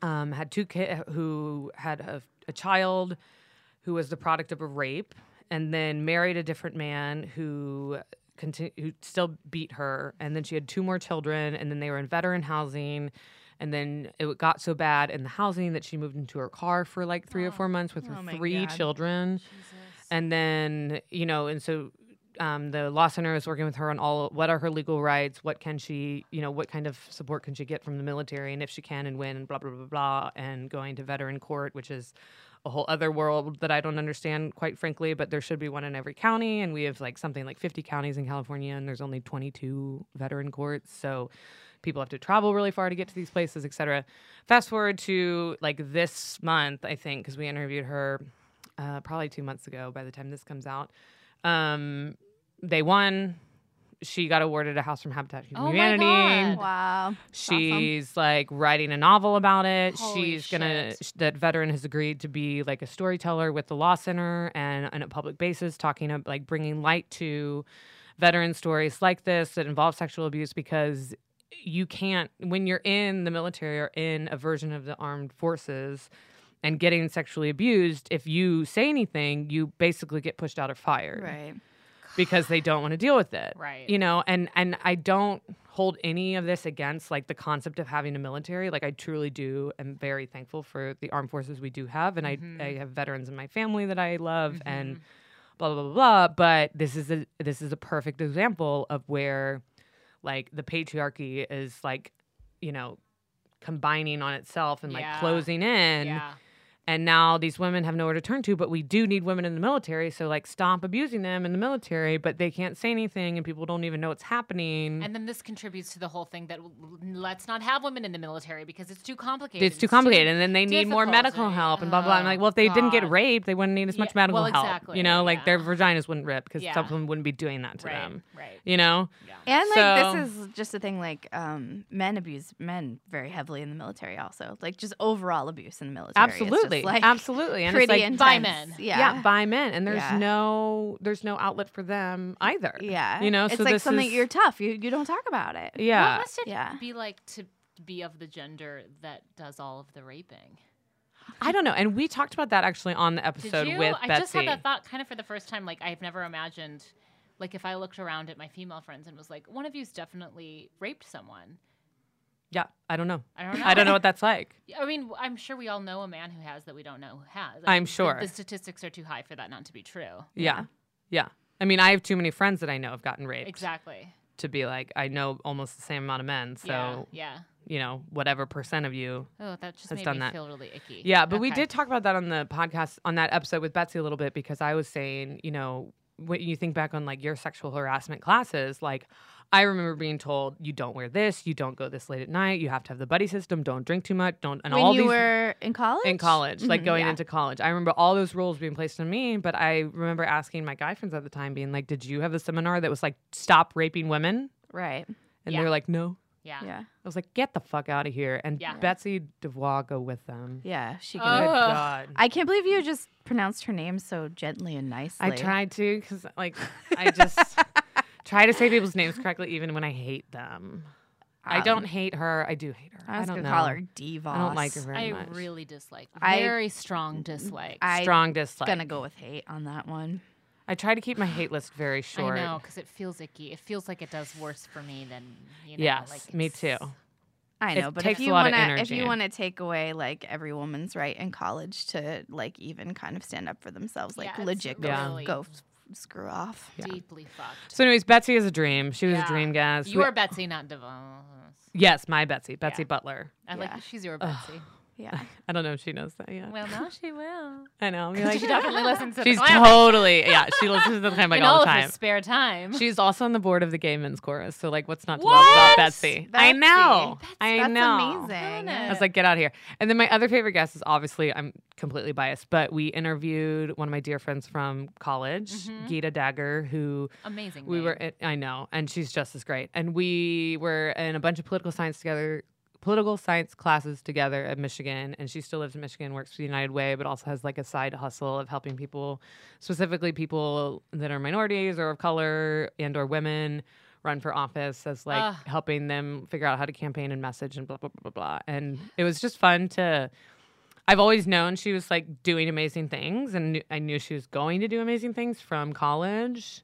D: um, had two kids who had a, a child who was the product of a rape and then married a different man who continu- who still beat her and then she had two more children and then they were in veteran housing and then it got so bad in the housing that she moved into her car for like three or four months with her
A: Oh my
D: three
A: God.
D: children and then you know and so um, the law center is working with her on all what are her legal rights what can she you know what kind of support can she get from the military and if she can and when and blah blah blah blah and going to veteran court which is a whole other world that i don't understand quite frankly but there should be one in every county and we have like something like 50 counties in california and there's only 22 veteran courts so people have to travel really far to get to these places etc fast forward to like this month i think because we interviewed her uh, probably two months ago by the time this comes out. Um, they won. She got awarded a house from Habitat for
C: Oh my
D: Humanity.
C: God.
A: Wow.
D: She's like writing a novel about it.
C: Holy
D: She's gonna
C: shit.
D: sh- that veteran has agreed to be like a storyteller with the Law Center and on a public basis, talking about like bringing light to veteran stories like this that involve sexual abuse because you can't when you're in the military or in a version of the armed forces and getting sexually abused, if you say anything, you basically get pushed out or fired
A: Right.
D: because they don't want to deal with it.
C: Right.
D: You know, and and I don't hold any of this against like the concept of having a military. Like I truly do am very thankful for the armed forces we do have and I
C: Mm-hmm.
D: I have veterans in my family that I love and blah blah blah blah, but this is a this is a perfect example of where like the patriarchy is like, you know, combining on itself and
C: Yeah.
D: like closing in
C: yeah.
D: and now these women have nowhere to turn to but we do need women in the military so like stop abusing them in the military but they can't say anything and people don't even know it's happening
C: And then this contributes to the whole thing that l- l- let's not have women in the military because it's too complicated.
D: it's too complicated and then they need more
C: difficult,
D: medical
C: right?
D: help and blah blah and
C: Oh,
D: like well if they didn't get
C: God.
D: raped they wouldn't need as
C: Yeah,
D: much medical
C: well,
D: help
C: exactly,
D: you know like their
C: yeah.
D: vaginas wouldn't rip because
C: Yeah.
D: someone wouldn't be doing that to
C: right,
D: them
C: Right.
D: you know
A: And like this
D: So-
A: is just a thing like um, men abuse men very heavily in the military also. Like just overall abuse in the military. is just,
D: absolutely
A: like,
D: absolutely and
A: pretty
D: it's like
A: intense.
C: by men.
A: Yeah.
D: yeah. by men and there's
A: Yeah.
D: no there's no outlet for them either
A: Yeah.
D: you know
A: it's
D: so
A: like
D: this
A: something
D: is,
A: you're tough. You you don't talk about it.
D: yeah
C: What must it
A: Yeah.
C: be like to be of the gender that does all of the raping?
D: I don't know. And we talked about that actually on the
C: Did
D: episode
C: you?
D: with
C: I
D: Betsy.
C: just had that thought kind of for the first time. Like I've never imagined, like if I looked around at my female friends and was like, one of you's definitely raped someone.
D: yeah, I don't know.
C: I don't know.
D: I don't know what that's like.
C: I mean, I'm sure we all know a man who has that we don't know who has.
D: I'm
C: mean, the-
D: sure.
C: the, statistics are too high for that not to be true.
D: Yeah. Yeah. I mean, I have too many friends that I know have gotten raped
C: Exactly.
D: to be like, I know almost the same amount of men. So,
C: yeah. Yeah.
D: you know, whatever percent of you.
C: Oh, that just
D: has
C: made
D: done
C: me
D: that.
C: feel really icky.
D: Yeah. But we
C: Okay.
D: did talk about that on the podcast, on that episode with Betsy a little bit, because I was saying, you know, when you think back on like your sexual harassment classes, like, I remember being told, you don't wear this, you don't go this late at night, you have to have the buddy system, don't drink too much, don't, and
A: when
D: all
A: you
D: these.
A: were in college?
D: in college, like
A: Mhm,
D: going
A: yeah.
D: into college. I remember all those rules being placed on me, but I remember asking my guy friends at the time, being like, "Did you have the seminar that was like stop raping women?"
A: Right.
D: And
C: Yeah.
D: they're like, "No."
C: Yeah.
A: Yeah.
D: I was like, "Get the fuck out of here!" And
C: Yeah.
D: Betsy DeVois go with them.
A: Yeah. She
C: Oh.
A: can
D: Good
A: do it.
D: God. I-
A: I can't believe you just pronounced her name so gently and nicely.
D: tried to because, like,
A: [laughs]
D: I just try to say people's names correctly, even when I hate them. I
A: Um,
D: don't hate her. I do hate her.
A: I was
D: don't
A: gonna
D: know.
A: call her Devos.
D: I don't like her very
C: I
D: much.
C: really dislike.
A: I-
C: Very strong dislike.
A: I-
D: Strong dislike.
A: Gonna go with hate on that one.
D: I try to keep my hate list very short.
C: I know because it feels icky. It feels like it does worse for me than you know.
D: yes,
C: like
D: me
C: it's-
D: too.
A: I
D: It
A: know, but
D: takes
A: if
D: a
A: you
D: lot of
A: wanna if
D: energy.
A: you wanna take away like every woman's right in college to like even kind of stand up for themselves,
C: Yeah,
A: like
C: it's
A: legit go
C: really
A: go s- screw off. [laughs]
C: Deeply fucked.
D: So, anyways, Betsy is a dream. She was
C: Yeah.
D: a dream guest.
C: You
D: We-
C: are Betsy, not Devon.
D: Yes, my Betsy, Betsy
C: Yeah.
D: Butler.
C: I like
A: Yeah.
C: that she's your Betsy.
A: Yeah.
D: I don't know if she knows that yet.
C: Well, now she will. [laughs]
D: I know. I'm [laughs] like,
C: She definitely listens to
D: she's
C: the clap
D: totally yeah.
C: [laughs]
D: She listens to the time like
C: in
D: all the
C: of [laughs]
D: time.
C: her spare time.
D: She's also on the board of the Gay Men's Chorus. So like, what's not to love
C: What?
D: about Betsy? I
A: Betsy.
D: know.
A: That's-
D: I
A: that's
D: know.
A: amazing.
C: Done
D: I
C: it.
D: was like, get out of here. And then my other favorite guest is obviously I'm completely biased, but we interviewed one of my dear friends from college,
C: Mm-hmm.
D: Gita Dagger, who
C: Amazing.
D: we
C: name.
D: were in, i know and she's just as great and we were in a bunch of political science together political science classes together at michigan and she still lives in michigan works for the united way but also has like a side hustle of helping people specifically people that are minorities or of color and or women run for office as like
C: Ah.
D: helping them figure out how to campaign and message and blah blah blah blah blah and it was just fun to I've always known she was like doing amazing things, and knew- I knew she was going to do amazing things from college.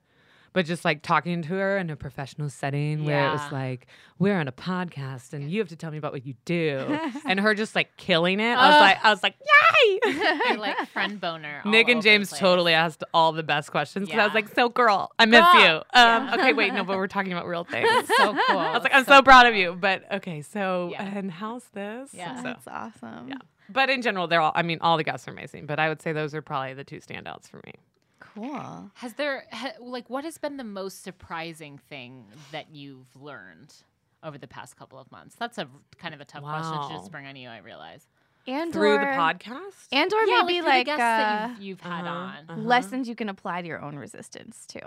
D: But just like talking to her in a professional setting where it
C: Yeah.
D: was like, we're on a podcast and you have to tell me about what you
C: [laughs]
D: do. and her just like killing it. I was
C: Ugh.
D: like, I was like,
C: [laughs]
D: yay!
C: I like
D: [laughs]
C: friend boner. all
D: Nick and
C: over the
D: James
C: place.
D: totally asked all the best questions because I was
C: Yeah.
D: like, so girl, I miss
C: Girl.
D: you. Um, [laughs] Okay, wait, no, but we're talking
C: [laughs]
D: about real things.
C: [laughs] So cool.
D: I was like, I'm so, proud of you. But okay, so,
C: Yeah.
D: and how's this?
A: [laughs]
C: Yeah.
D: And so-
A: That's awesome.
D: yeah. But in general, they're all, I mean, all the guests are amazing, but I would say those are probably the two standouts for me.
A: Cool.
C: Has there ha, like what has been the most surprising thing that you've learned over the past couple of months? That's a r- kind of a tough question to
D: Wow.
C: just bring on you. I realize.
A: And
D: Through
A: or-
D: the podcast?
A: And or
C: yeah,
A: maybe
C: like, through the
A: like,
C: guests
A: uh,
C: that you've, you've had
D: uh-huh,
C: on.
D: uh-huh.
A: lessons you can apply to your own resistance too.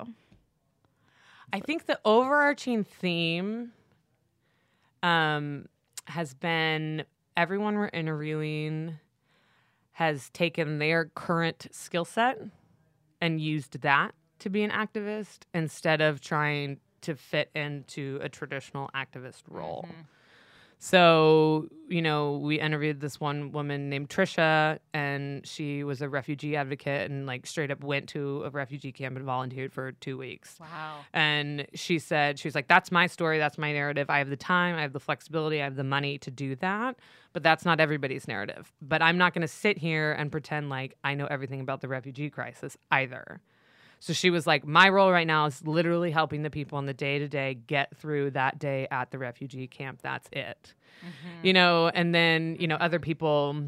D: I think the overarching theme um, has been everyone we're interviewing has taken their current skill set and used that to be an activist instead of trying to fit into a traditional activist role. So, you know, we interviewed this one woman named Trisha, and she was a refugee advocate and like straight up went to a refugee camp and volunteered for two weeks.
C: Wow.
D: And she said, she was like, that's my story, that's my narrative. I have the time, I have the flexibility, I have the money to do that. But that's not everybody's narrative. But I'm not going to sit here and pretend like I know everything about the refugee crisis either. So she was like, my role right now is literally helping the people on the day to day get through that day at the refugee camp. That's it.
C: Mm-hmm.
D: You know, and then, you know, other people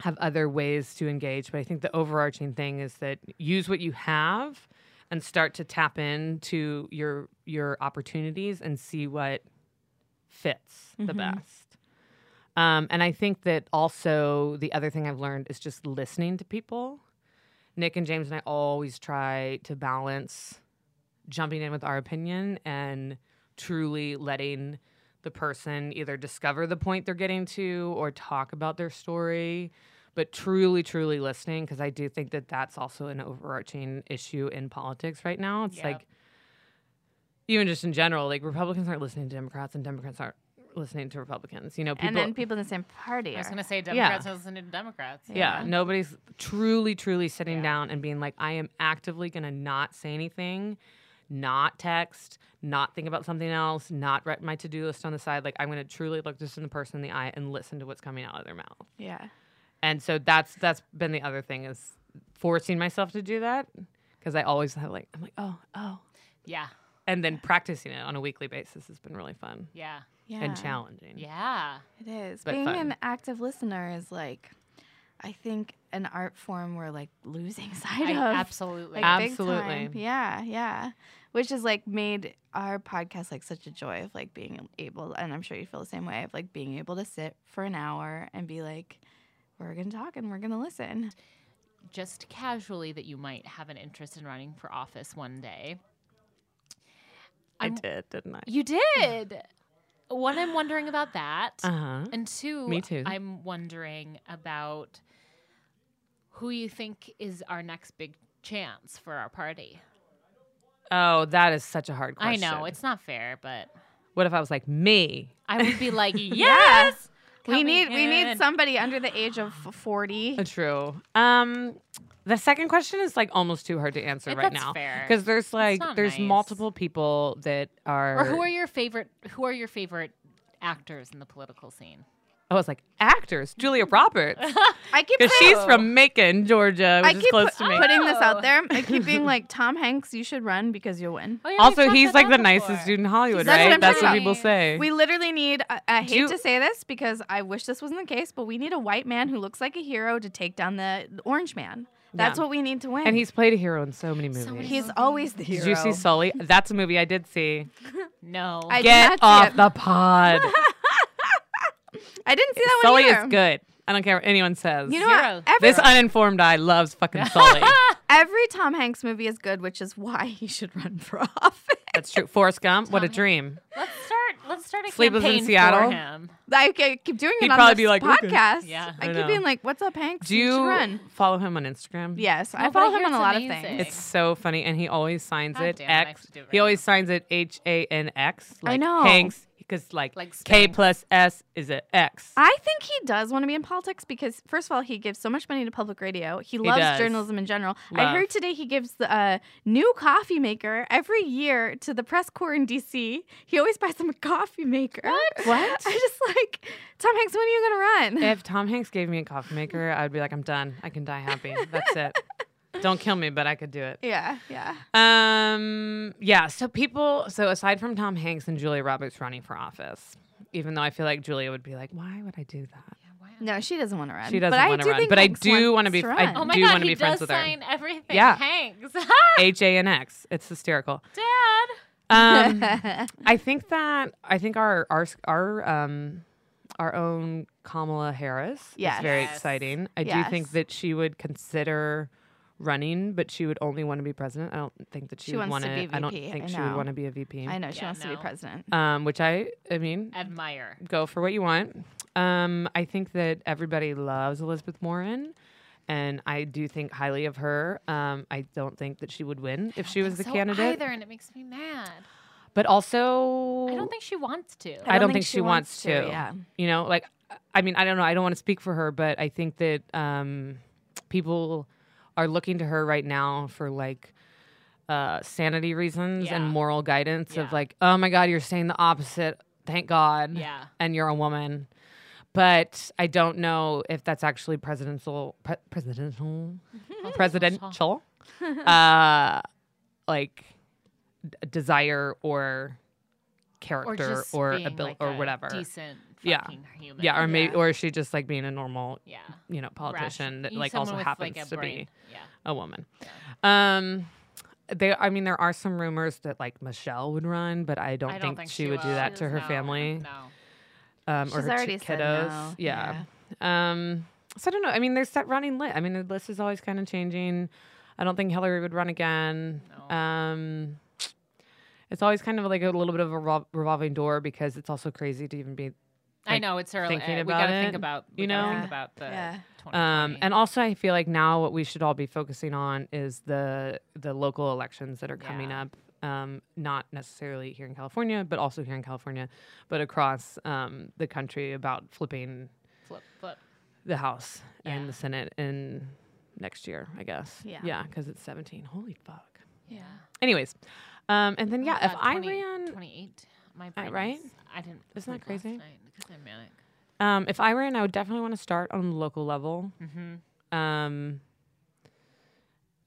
D: have other ways to engage. But I think the overarching thing is that use what you have and start to tap into your your opportunities and see what fits the best. Um, and I think that also the other thing I've learned is just listening to people. Nick and James and I always try to balance jumping in with our opinion and truly letting the person either discover the point they're getting to or talk about their story but truly truly listening because i do think that that's also an overarching issue in politics right now it's
C: Yep.
D: like even just in general like republicans aren't listening to democrats and democrats aren't listening to republicans you know people
A: and then people in the same party.
C: I was
A: are-
C: going to say Democrats are listening to Democrats.
D: yeah, nobody's truly, truly sitting
C: Yeah.
D: down and being like, I am actively going to not say anything, not text, not think about something else, not write my to do list on the side. Like, I'm going to truly look this in the person in the eye and listen to what's coming out of their mouth.
A: yeah.
D: And so that's that's been the other thing is forcing myself to do that because I always have like I'm like oh oh
C: Yeah.
D: and then practicing it on a weekly basis has been really fun
C: Yeah.
A: Yeah.
D: and challenging.
C: Yeah.
A: It is.
D: but
A: Being
D: fun.
A: an active listener is like, I think, an art form we're like losing [laughs] sight
C: I
A: of.
C: absolutely.
A: Like, big
D: Absolutely.
A: time. Yeah, yeah. Which has like made our podcast like such a joy of like being able, and I'm sure you feel the same way of like being able to sit for an hour and be like, we're gonna talk and we're gonna listen.
C: just casually that you might have an interest in running for office one day. Mm.
D: I
C: I'm-
D: did, didn't I?
C: You did. One, I'm wondering about that.
D: Uh huh.
C: And two,
D: Me too.
C: I'm wondering about who you think is our next big chance for our party.
D: Oh, that is such a hard question.
C: I know it's not fair, but
D: What if I was like me?
C: I would
D: [laughs]
C: be like, yes,
A: we
C: coming
A: need we need
C: in."
A: somebody under the age of 40.
D: Uh, True. Um, the second question is like almost too hard to answer
C: It-
D: right
C: that's
D: now
C: fair.
D: because there's like
C: not
D: there's
C: nice.
D: multiple people that are.
C: Or who are your favorite? Who are your favorite actors in the political scene?
D: I was Oh, like actors, Julia Roberts,
A: [laughs] I keep
D: because
A: saying-
D: she's from Macon, Georgia,
A: I
D: which is
A: keep
D: close
A: put-
D: to me.
A: putting this
C: Oh.
A: out there. I keep
D: [laughs]
A: being like Tom Hanks, you should run because you'll win.
C: Oh, yeah,
D: also, he's like the nicest dude in Hollywood,
A: That's what
D: right?
A: I'm
D: That's what
A: talking about.
D: people say.
A: We literally need. I, I hate
D: you-
A: to say this because I wish this wasn't the case, but we need a white man who looks like a hero to take down the, the orange man. That's
D: Yeah.
A: what we need to win.
D: and he's played a hero in so many movies.
A: he's always the hero.
D: did you see Sully? That's a movie I did see.
C: No,
A: I did
D: Get
A: not see
D: off
A: it.
D: the pod.
A: I didn't see that one
D: Sully
A: either.
D: is good. I don't care what anyone says.
A: You know what?
C: Zero.
A: Every,
D: [laughs] this uninformed eye loves fucking
C: [laughs]
D: Sully.
A: every Tom Hanks movie is good, which is why he should run [laughs] for office.
D: That's true. Forrest Gump, what a dream.
C: let's start. Let's start a
D: Sleepless in
C: campaign
D: Seattle?
C: for him.
A: I ca- keep doing it
D: He'd
A: on
D: probably
A: this
D: be like, okay.
A: podcast.
C: Yeah.
A: I,
D: I
A: keep
D: know.
A: being like, "What's up, Hanks?
D: Do
A: you should
D: you
A: run?"
D: follow him on Instagram?
A: Yes, I
C: No, but
A: follow him
C: here's
A: on a
C: the
A: lot
C: main
A: of things.
C: thing.
D: It's so funny, and he always signs
C: God
D: it
C: damn it, I have
D: X.
C: to do it right
D: he always
C: now.
D: signs it H A N X. Like
A: know.
D: Hanks, because like,
C: Like
D: K
C: Spanx.
D: plus S is an X.
A: I think he does want to be in politics because, first of all, he gives so much money to public radio. He loves
D: does.
A: journalism in general. I
D: Love.
A: heard today he gives the uh, new coffee maker every year to the press corps in DC. He always buys them a coffee maker. [laughs] What?
D: What?
A: I just like, Tom Hanks, when are you going to run?
D: if Tom Hanks gave me a coffee maker, I'd be like, I'm done. I can die happy.
C: [laughs]
D: That's it. Don't kill me, but I could do it.
A: yeah, yeah.
D: Um. Yeah. So people. So aside from Tom Hanks and Julia Roberts running for office, even though I feel like Julia would be like, "Why would I do that?"
A: No, she doesn't want to run.
D: She
A: But
D: doesn't
A: I
D: wanna
A: do
D: run,
A: think
D: but I
A: Hanks
D: do
A: wants
D: wanna be-
A: to
D: I
A: run. [laughs]
C: Oh my
D: do
C: god,
D: wanna
C: he
D: be
C: does
D: friends with her.
C: sign everything. [laughs]
D: Yeah.
C: Hanks,
D: H A N X. It's hysterical.
C: Dad.
D: Um,
A: [laughs]
D: I think that I think our our our um our own Kamala Harris
A: Yes.
D: is very
C: Yes.
D: exciting. I do think
A: Yes.
D: that she would consider running, but she would only want to be president. I don't think that she,
A: She
D: would
A: wants
D: want
A: to be
D: I don't
A: VP, I
D: think she would
A: know.
D: want to be a VP.
A: I know she
C: Yeah,
A: wants to
C: no.
A: be president.
D: Um, which I I mean,
C: Admire.
D: go for what you want. Um, I think that everybody loves Elizabeth Warren. And I do think highly of her. Um, I don't think that she would win if she was the
C: So
D: candidate.
C: either, and it makes me mad.
D: But also,
C: I don't think she wants to.
D: I don't think she wants to.
A: Yeah.
D: you know, like, I mean, I don't know. I don't want to speak for her, but I think that um, people are looking to her right now for like uh, sanity reasons and
C: Yeah.
D: moral guidance
C: Yeah.
D: of like, oh my God, you're saying the opposite. Thank God.
C: Yeah.
D: And you're a woman. But I don't know if that's actually presidential, pre- presidential,
C: Mm-hmm. [laughs]
D: presidential, uh, like d- desire or
C: Or
D: character
C: just
D: or
C: being
D: abil-
C: like
D: or
C: a
D: whatever.
C: Decent
D: Yeah.
C: fucking human.
D: Yeah, or maybe, or is she just like being a normal,
C: yeah.
D: you know, politician
C: Ration-
D: that
C: you-
D: like
C: someone
D: also
C: with,
D: happens
C: like, a
D: to
C: brain.
D: be
C: Yeah.
D: a woman? Um, they, I mean, there are some rumors that like Michelle would run, but I don't,
C: I don't
D: think,
C: think
D: she,
C: she
D: would do
C: will.
D: that to her
C: No,
D: family
C: No.
D: um, or
A: She's
D: her two
A: already
D: kiddos.
A: said no.
D: Yeah. Um, so I don't know. I mean, there's that running list. I mean, the list is always kind of changing. I don't think Hillary would run again.
C: No.
D: Um, it's always kind of like a little bit of a revol- revolving door because it's also crazy to even be
C: I
D: like,
C: know it's early.
D: thinking
C: uh, we
D: about
C: gotta think
D: it,
C: about
D: you
C: we gotta think
A: know?
C: about the
A: Yeah.
D: Um,
C: 2020.
D: and also, I feel like now what we should all be focusing on is the the local elections that are coming
C: Yeah.
D: up. Um, not necessarily here in California, but also here in California, but across um, the country about flipping
C: flip, flip.
D: the House and
C: Yeah.
D: the Senate in next year, I guess.
A: Yeah.
D: yeah, because it's seventeen. Holy fuck.
C: Yeah.
D: Anyways, um, and then yeah, if
C: God,
D: I
C: 20
D: ran,
C: 28. Uh, My brain
D: right?
C: is- I didn't.
D: Isn't that
C: sleep last
D: crazy?
C: night Because I'm manic.
D: um, if I ran, I would definitely want to start on the local level.
C: Mm-hmm.
D: Um,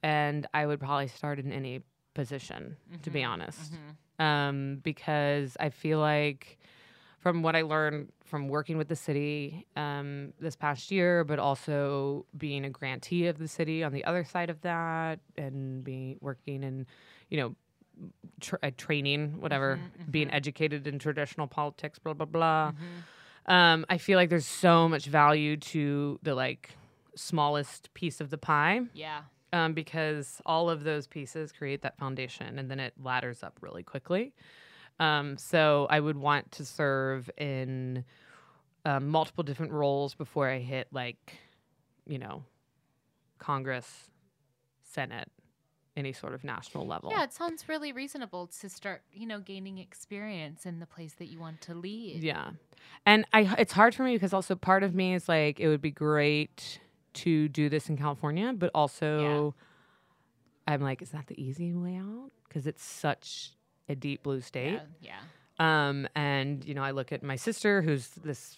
D: and I would probably start in any position, to be honest, um, because I feel like from what I learned from working with the city um, this past year, but also being a grantee of the city on the other side of that, and being working in, you know, tra- uh, training, whatever, being educated in traditional politics, blah blah
C: Mm-hmm.
D: blah. Um, I feel like there's so much value to the like smallest piece of the pie
C: Yeah.
D: um, because all of those pieces create that foundation and then it ladders up really quickly. Um, so I would want to serve in um, multiple different roles before I hit like, you know, Congress, Senate, any sort of national level.
C: Yeah, it sounds really reasonable to start, you know, gaining experience in the place that you want to lead.
D: Yeah. And I it's hard for me because also part of me is like it would be great to do this in California, but also I'm like is that the easy way out cuz it's such a deep blue state.
C: Yeah. yeah.
D: Um and you know I look at my sister who's this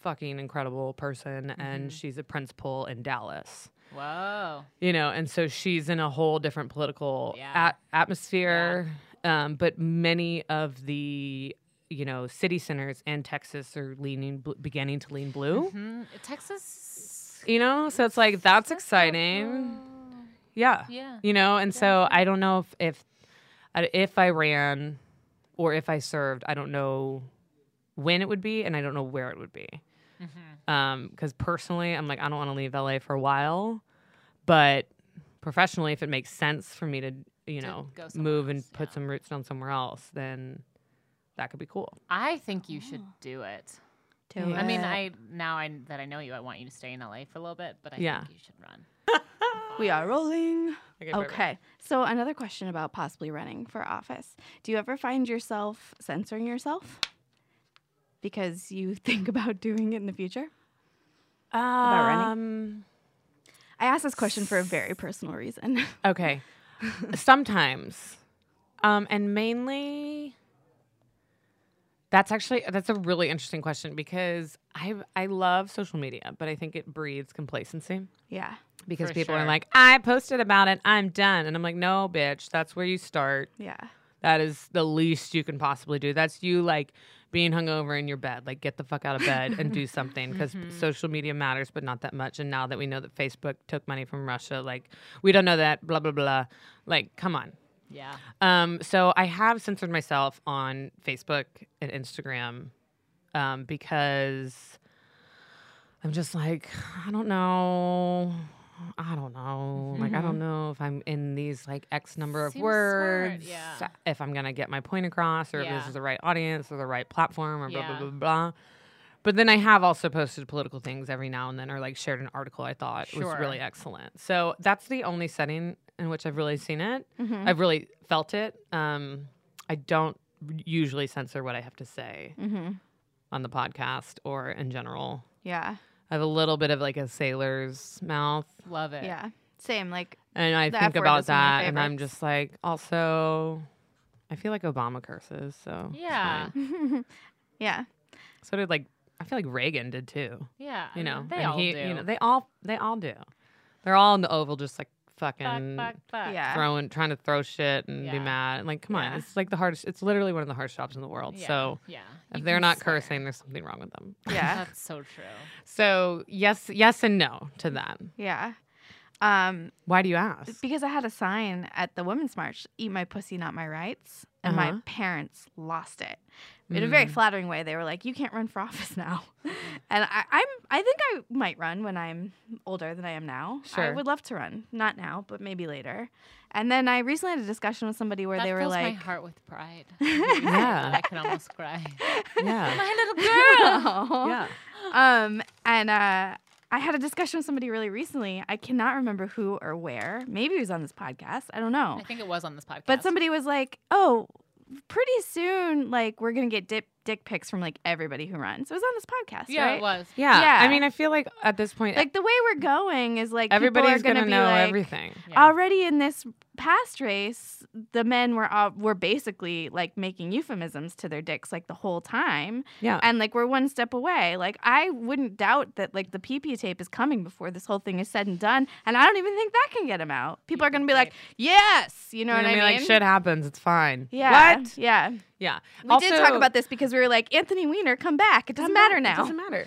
D: fucking incredible person and she's a principal in Dallas
C: Whoa.
D: you know, and so she's in a whole different political
C: Yeah.
D: at- atmosphere. Um, but many of the, you know, city centers in Texas are leaning, bl- beginning to lean blue.
C: Hmm. Texas.
D: You know, so it's like Mm-hmm. that's
C: Texas-
D: exciting.
C: Oh,
D: Yeah.
C: Yeah.
D: You know, and so I don't know if if I- if I ran or if I served, I don't know when it would be, and I don't know where it would be.
C: Mm-hmm.
D: Because Um, personally, I'm like I don't want to leave LA for a while, but professionally, if it makes sense for me to you
C: To
D: know
C: go somewhere
D: move and
C: else,
D: put
C: yeah.
D: some roots down somewhere else, then that could be cool.
C: I think you should do it.
A: Do
C: I mean,
A: it.
C: I now I that I know you, I want you to stay in LA for a little bit, but I
D: Yeah.
C: think you should run.
A: we are rolling.
D: perfect.
A: Okay. So another question about possibly running for office. Do you ever find yourself censoring yourself because you [laughs] think about doing it in the future?
D: Um,
A: running? I asked this question for a very personal reason. [laughs]
D: Okay. Sometimes. Um, and mainly that's actually that's a really interesting question because I I love social media, but I think it breeds complacency
A: yeah.
D: because
C: For
D: people are
C: sure.
D: like, I posted about it, I'm done. And I'm like, no, bitch, that's where you start.
A: Yeah.
D: That is the least you can possibly do. That's you like being hungover in your bed. Like get the fuck out of bed and do
C: [laughs]
D: something because
C: Mm-hmm.
D: social media matters, but not that much. And now that we know that Facebook took money from Russia, like we don't know that. Blah blah blah. Like come on.
C: Yeah.
D: Um, so I have censored myself on Facebook and Instagram um, because I'm just like, I don't know. I don't know. Like, I don't know if I'm in these like X number of
C: Mm-hmm. Seems smart,
D: words,
C: yeah.
D: if I'm going to get my point across, or if
C: Yeah.
D: this is the right audience or the right platform, or blah,
C: Yeah.
D: blah, blah, blah. But then I have also posted political things every now and then, or like shared an article I thought was
C: Sure.
D: really excellent. So that's the only
A: Mm-hmm,
C: Mm-hmm.
D: setting in which I've really seen it. I've really felt it. Um, I don't usually censor what I have to say
A: Mm-hmm.
D: on the podcast or in general.
A: Yeah.
D: I have a little bit of like a sailor's mouth,
C: Love it.
A: Yeah. Same. Like,
D: and I
A: The F
D: think
A: word
D: about
A: is one of my
D: that, and I'm
A: favorites.
D: just like, also, I feel like Obama curses, so it's
C: Yeah.
D: fine.
A: yeah.
D: So did like I feel like Reagan did too.
C: Yeah. I
D: You
C: mean,
D: know,
C: they
D: and
C: all
D: he-
C: do.
D: You know, they all they all do. They're all in the Oval, just like
C: fuck,
D: fucking
C: fuck, fuck.
A: Yeah.
D: throwing, trying to throw shit and be
C: Yeah.
D: mad. And like, come on,
A: Yeah.
D: it's like the hardest. It's literally one of the hardest jobs in the world.
C: Yeah.
D: So
C: yeah.
D: if
C: You
D: they're
C: can
D: not
C: swear. [laughs]
D: cursing, there's something wrong with them.
A: Yeah.
C: That's so true.
D: So yes, yes and no to that.
A: yeah. Um,
D: Why do you ask?
A: [laughs] because I had a sign at the Women's March, "Eat my pussy, not my rights," and
D: Uh-huh. Mm.
A: my parents lost it in a very flattering way. They were like, "You can't run for [laughs] office now," and I, I'm I think I might run when I'm older than I am now. I
D: Sure.
A: would love to run, not now, but maybe later. And then I recently had a discussion with somebody where
C: that
A: they were
C: fills
A: like,
C: my
A: [laughs]
C: heart with
D: [laughs]
C: pride. yeah. I can almost cry.
D: yeah,
C: [laughs] My little
D: [laughs]
C: girl.
A: "Girl."
D: yeah.
A: Um, and uh, I had a discussion with somebody really recently. I cannot remember who or where. Maybe it was on this podcast. I don't know.
C: I think it was on this podcast.
A: But somebody was like, "Oh, pretty soon, like we're gonna get dip, dick pics from like everybody who runs." It was on this podcast,
C: [laughs] Yeah,
A: right?
C: it was.
D: Yeah. I
A: Yeah.
D: mean, I feel like at this point,
A: Like the way we're going is like people
D: everybody's
A: are gonna,
D: gonna
A: be
D: know
A: like,
D: everything.
C: Yeah.
A: Already in this past race, the men were all, were basically like making euphemisms to their dicks like the whole time,
D: Yeah.
A: and like we're one step away. Like I wouldn't doubt that like the PP tape is coming before this whole thing is said and done, and I don't even think that can get them out. People are gonna be like, "Yes," you know
D: You're
A: what I
D: gonna
A: mean?
D: be like shit happens. It's fine.
A: Yeah,
D: What?
A: yeah.
D: Yeah.
A: We did talk about this because we were like, Anthony Weiner, come back. It doesn't matter now. [laughs]
D: doesn't matter.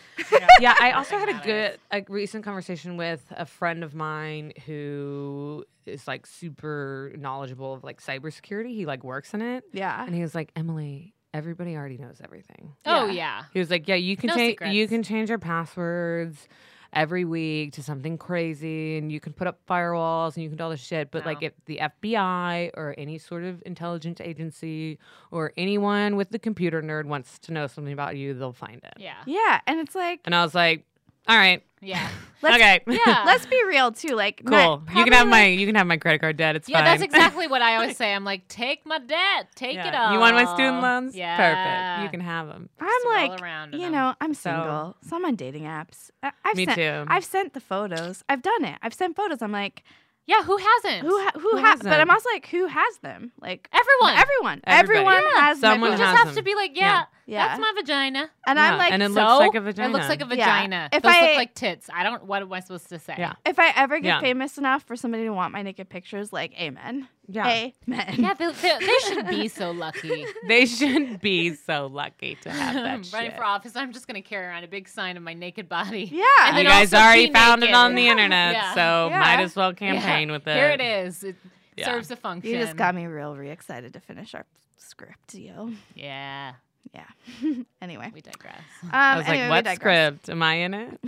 D: yeah, I also had a good, a recent conversation with a friend of mine who is like super knowledgeable of like cybersecurity. He like works in it,
A: yeah.
D: and he was like, Emily, everybody already knows everything.
C: Oh
A: Yeah.
C: yeah.
D: He was like, yeah, you can
C: No
D: change, you
C: secrets.
D: can change your passwords every week to something crazy, and you can put up firewalls, and you can do all this shit. But like,
C: No.
D: if the FBI or any sort of intelligence agency or anyone with the computer nerd wants to know something about you, they'll find it.
C: Yeah.
A: Yeah. And it's like,
D: And I was like, all right,
C: Yeah.
A: let's,
D: okay,
A: [laughs]
C: [laughs]
D: [laughs]
C: Yeah.
A: let's be real too. Like,
D: cool.
A: not-
D: you
A: probably,
D: can have my
A: like-
D: you can have my credit card debt. It's
C: Yeah,
D: fine. [laughs]
C: that's exactly what I always say. I'm like, take my debt, take it
D: Yeah.
C: all.
D: You want my student loans?
C: Yeah,
D: Perfect. You can have them.
C: Just
A: I'm
C: roll
A: like,
C: around in
A: you
C: them.
A: know, I'm
D: So-
A: single. So I'm on dating apps. I- I've
D: Me
A: sent,
D: too.
A: I've sent the photos. I've done it. I've sent photos. I'm like,
C: Yeah, who hasn't?
A: who, ha- who,
D: Who
A: has? But I'm
D: hasn't?
A: also like, who has them? Like,
C: Everyone.
A: everyone,
D: Everybody.
A: everyone
D: Yeah.
A: has. my
D: Someone
C: you
A: photos.
C: just
D: has
C: have to
D: them.
C: be like,
D: Yeah.
C: yeah,
A: Yeah.
C: that's my vagina.
A: and
D: Yeah,
A: I'm like,
D: and it
C: so,
D: looks like a
C: It
D: vagina.
C: looks like a
A: Yeah.
C: vagina.
A: If
C: Those
A: I-
C: look like tits. I don't. What am I supposed to say?
D: Yeah.
A: if I ever get
D: Yeah.
A: famous enough for somebody to want my naked pictures, like, amen,
D: Yeah.
A: amen.
C: Yeah, they, they, they should be so lucky.
D: They [laughs] should be so lucky to have that
C: [laughs]
D: shit.
C: Running for office, I'm just gonna carry around a big sign of my naked body.
A: [laughs] Yeah.
C: And
D: you
C: then
D: guys
C: also
D: already
C: be
D: found it
C: naked.
D: on the
C: [laughs]
D: internet,
C: Yeah.
D: so
A: Yeah.
D: might as well
C: Yeah.
D: campaign with it.
C: Here it is. It
D: Yeah.
C: serves a function.
A: You just got me real re excited to finish our script, yo. [laughs]
C: Yeah,
A: Yeah. [laughs] anyway. [laughs]
C: we digress. [laughs]
A: Um,
D: I was
A: anyway, we
D: like, what
A: digress.
D: script? Am I in it?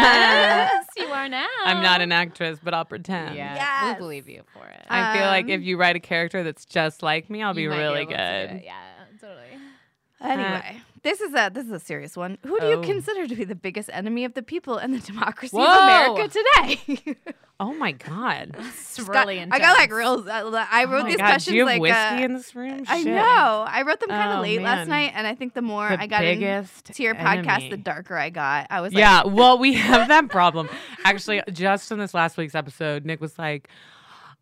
C: yes, you are now.
D: I'm not an actress, but I'll pretend.
C: Um, Yeah,
A: Yes.
C: we'll believe you for it.
D: I feel like
A: Um,
D: if you write a character that's just like me, I'll be
C: You might
D: really
C: able
D: good.
C: to do it. Yeah, totally.
A: Anyway, this is a this is a serious one. Who do
D: Uh, Oh.
A: you consider to be the biggest enemy of the people and the [laughs] democracy
C: Whoa.
A: of America today? [laughs]
D: Oh my god.
C: It's
A: Got-
C: really
A: I
C: intense.
A: got like real. uh, I I
D: oh
A: wrote
D: my
A: these
D: god.
A: questions
D: Do you have
A: like
D: whiskey
A: uh,
D: in this room?
A: I
D: Shit.
A: know. I wrote them kind of
D: Oh,
A: late last
D: man.
A: night, and I think the more
D: The
A: I got into
D: biggest
A: your podcast,
D: enemy.
A: the darker I got. I was like,
D: yeah, well,
C: [laughs]
D: we have that problem. Actually, just in this last week's episode, Nick was like,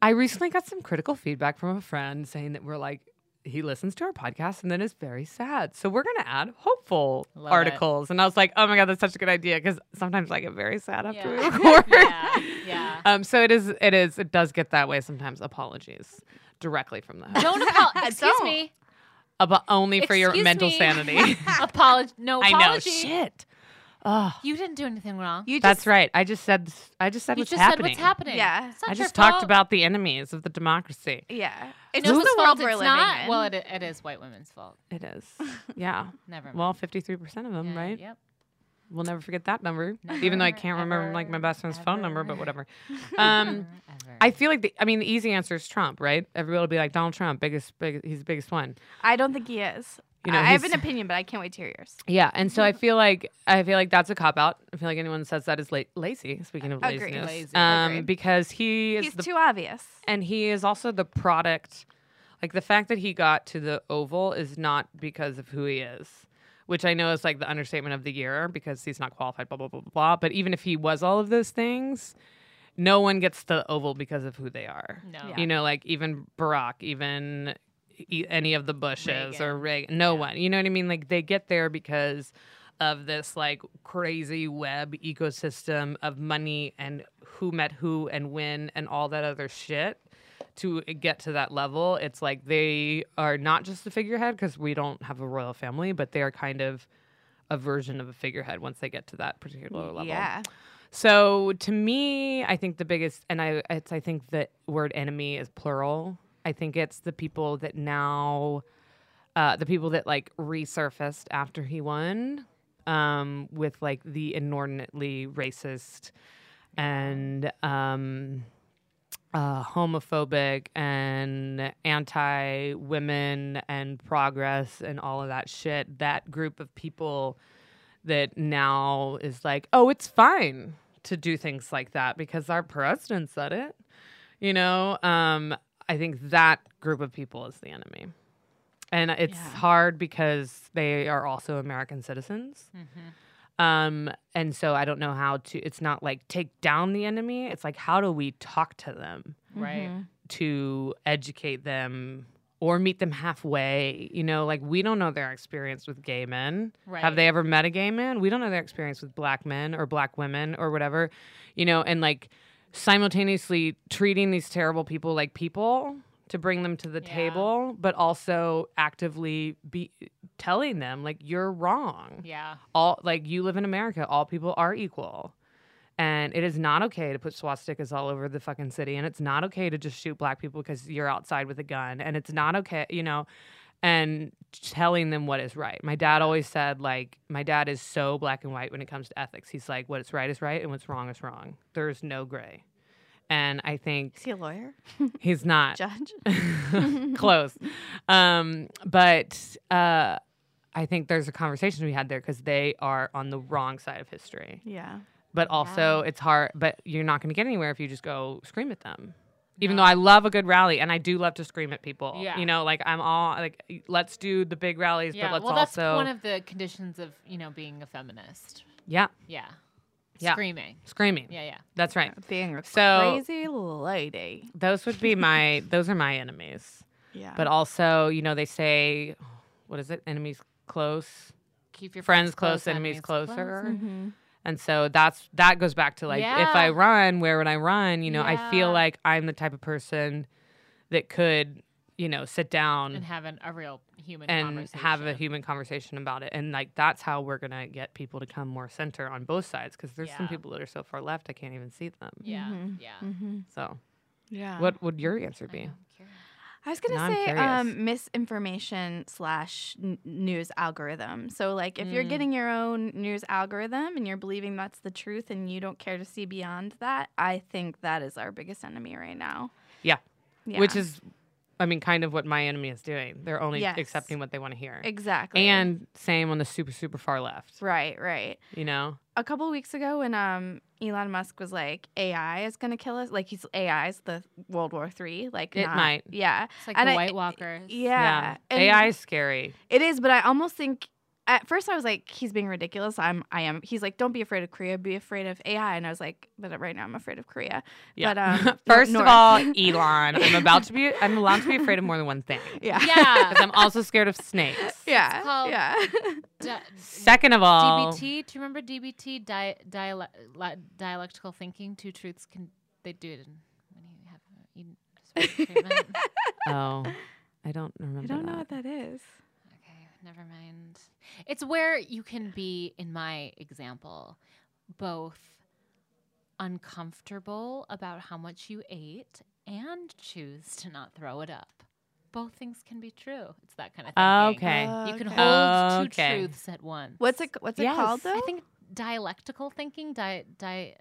D: I recently got some critical feedback from a friend saying that we're like, he listens to our podcast and then is very sad. So we're going to add hopeful
C: Love it.
D: articles. And I was like, oh my God, that's such a good idea because sometimes I get very sad after we
C: Yeah. [laughs]
D: record.
C: yeah,
D: [laughs]
C: yeah.
D: Um, so it is, it is, it does get that way sometimes. Apologies directly from [laughs] the host,
C: Don't apo- excuse
A: Don't.
C: me.
D: Ab- only for your
C: Excuse
D: mental
C: me. [laughs]
D: sanity. [laughs]
C: Apology. No
D: I
C: apology.
D: know. Shit. Oh,
C: You didn't do anything wrong.
A: you just
D: that's right. I just said, I just said
C: You
D: what's
C: just
D: happening.
C: said what's happening.
A: Yeah.
C: It's not
D: I
C: your
D: just talked
C: fault.
D: about the enemies of the democracy.
A: Yeah, it's
C: No,
A: just
C: whose
A: the world
C: fault
A: we're
C: it's
A: living
C: not.
A: in.
C: Well, it, it is white women's fault.
D: It [laughs] is. Yeah.
C: Never mind.
D: Well, 53% of them,
C: Yeah,
D: right?
C: Yep.
D: We'll never forget that number, even though I
C: Never,
D: can't remember like my
C: ever,
D: best friend's phone number, but
C: ever. [laughs]
D: whatever. Um,
C: Mm-hmm. Ever.
D: I feel like the, I mean, the easy answer is Trump, right? Everybody will be like, Donald Trump, biggest, big, he's the biggest one.
A: I don't think he is.
D: You know,
A: I I have
D: he's-
A: an opinion, but I can't wait to hear yours.
D: Yeah. And
C: [laughs]
D: so I feel like, I feel like that's a cop out. I feel like anyone who says that is la- lazy. Speaking of
A: Agreed.
D: laziness,
C: Lazy.
D: um,
A: Agreed.
D: because he is
A: He's
D: the
A: too obvious.
D: and he is also the product Like the fact that he got to the Oval is not because of who he is, which I know is like the understatement of the year because he's not qualified, blah, blah, blah, blah, blah. But even if he was all of those things, no one gets to the Oval because of who they are.
C: [laughs] No.
A: Yeah.
D: You know, like even Barack, even e- any of the Bushes or Reagan, no one. You know what I mean? Like they get there because of this like crazy web ecosystem of money and who met who and when and all that other shit to get to that level. It's like they are not just a figurehead because we don't have a royal family, but they are kind of a version of a figurehead once they get to that particular level.
A: Yeah.
D: So to me, I think the biggest, and I, it's I think the word enemy is plural. I think it's the people that now, uh, the people that like resurfaced after he won, um, with like the inordinately racist and um, uh, homophobic and anti women and progress and all of that shit. That group of people that now is like, oh, it's fine to do things like that because our president said it. You know, um, I think that group of people is the enemy. And it's hard because they are also American citizens. Um, and so I don't know how to, it's not like take down the enemy. It's like, how do we talk to them
C: Right.
D: Mm-hmm. to educate them or meet them halfway? You know, like we don't know their experience with gay men. Have
C: Right.
D: they ever met a gay man? We don't know their experience with black men or black women or whatever, you know, and like simultaneously treating these terrible people like people to bring them to the
C: Yeah.
D: table, but also actively be telling them like you're wrong
C: Yeah.
D: all like you live in America, all people are equal. And it is not okay to put swastikas all over the fucking city. And it's not okay to just shoot black people because you're outside with a gun. And it's not okay, you know, and telling them what is right. My dad always said, like, my dad is so black and white when it comes to ethics. He's like, what is right is right and what's wrong is wrong. There's no gray. And I think
A: Is he a
D: [laughs]
A: lawyer?
D: he's not [laughs]
A: Judge?
D: close. Um, but uh, I think there's a conversation we had there because they are on the wrong side of history.
A: Yeah.
D: But also, it's hard. But you're not going to get anywhere if you just go scream at them. Even though I love a good rally and I do love to scream at people.
C: Yeah.
D: You know, like I'm all like, let's do the big rallies,
C: Yeah.
D: but let's
C: Well, that's
D: also
C: one of the conditions of you know being a feminist.
D: yeah
C: Yeah.
D: Yeah.
C: Screaming.
D: screaming.
C: Yeah. Yeah.
D: That's right.
A: Being a
D: So-
A: crazy lady.
D: Those would
C: [laughs]
D: be my. those are my enemies.
A: Yeah.
D: But also, you know, they say, what is it? Enemies close.
C: Keep your
D: friends close, enemies closer.
A: Mm-hmm.
D: And so that's that goes back to like if I
C: Yeah.
D: run, where would I run? You know, I feel
C: Yeah.
D: like I'm the type of person that could, you know, sit down
C: And
D: and,
C: having a real human conversation.
D: have a human conversation about it. And like that's how we're gonna get people to come more center on both sides because there's some
C: Yeah.
D: people that are so far left I can't even see them.
C: Yeah.
D: Mm-hmm.
C: Yeah.
D: So
A: Mm-hmm. yeah.
D: what would your answer
C: I
D: be?
C: know, I'm curious.
A: I was gonna
D: Now I'm
A: say
D: curious.
A: um, misinformation slash n- news algorithm. So like if
D: Mm.
A: you're getting your own news algorithm and you're believing that's the truth and you don't care to see beyond that, I think that is our biggest enemy right now.
D: Yeah.
A: Yeah.
D: Which is I mean kind of what my enemy is doing. They're only
A: Yes.
D: accepting what they want to hear.
A: exactly
D: And same on the super, super far left.
A: right, right.
D: You know?
A: a couple weeks ago when um Elon Musk was like AI is gonna kill us, like he's AI's the World War Three, like
D: It
A: not-
D: might.
A: yeah,
C: It's like
A: And
C: the
A: I- e,
C: White Walkers.
A: yeah. And
D: AI is scary.
A: it is, but I almost think at first I was like he's being ridiculous. I'm I am. He's like don't be afraid of Korea, be afraid of AI, and I was like, but right now I'm afraid of Korea. But
D: [laughs]
A: um,
D: first
A: North.
D: of
A: [laughs]
D: all, Elon, I'm about to be I'm allowed to be afraid of more than one thing.
A: [laughs] yeah,
C: [laughs] Yeah.
D: 'Cause I'm also scared of snakes.
A: yeah,
C: called-
A: yeah.
C: D-
D: Second of all,
C: DBT. Do you remember DBT di- dialect, la- dialectical thinking? Two truths can they do it in, when you have an eating disorder treatment?
A: [laughs]
D: oh, I don't remember.
A: I don't know
D: that.
A: what that is.
C: okay, never mind. It's where you can be, in my example, both uncomfortable about how much you ate and choose to not throw it up. Both things can be true. It's that kind of thing.
D: Okay.
C: You can
A: Okay.
C: hold two
D: Okay.
C: truths at once.
A: What's it? What's it
D: Yes.
A: called though?
C: I think dialectical thinking, di, di,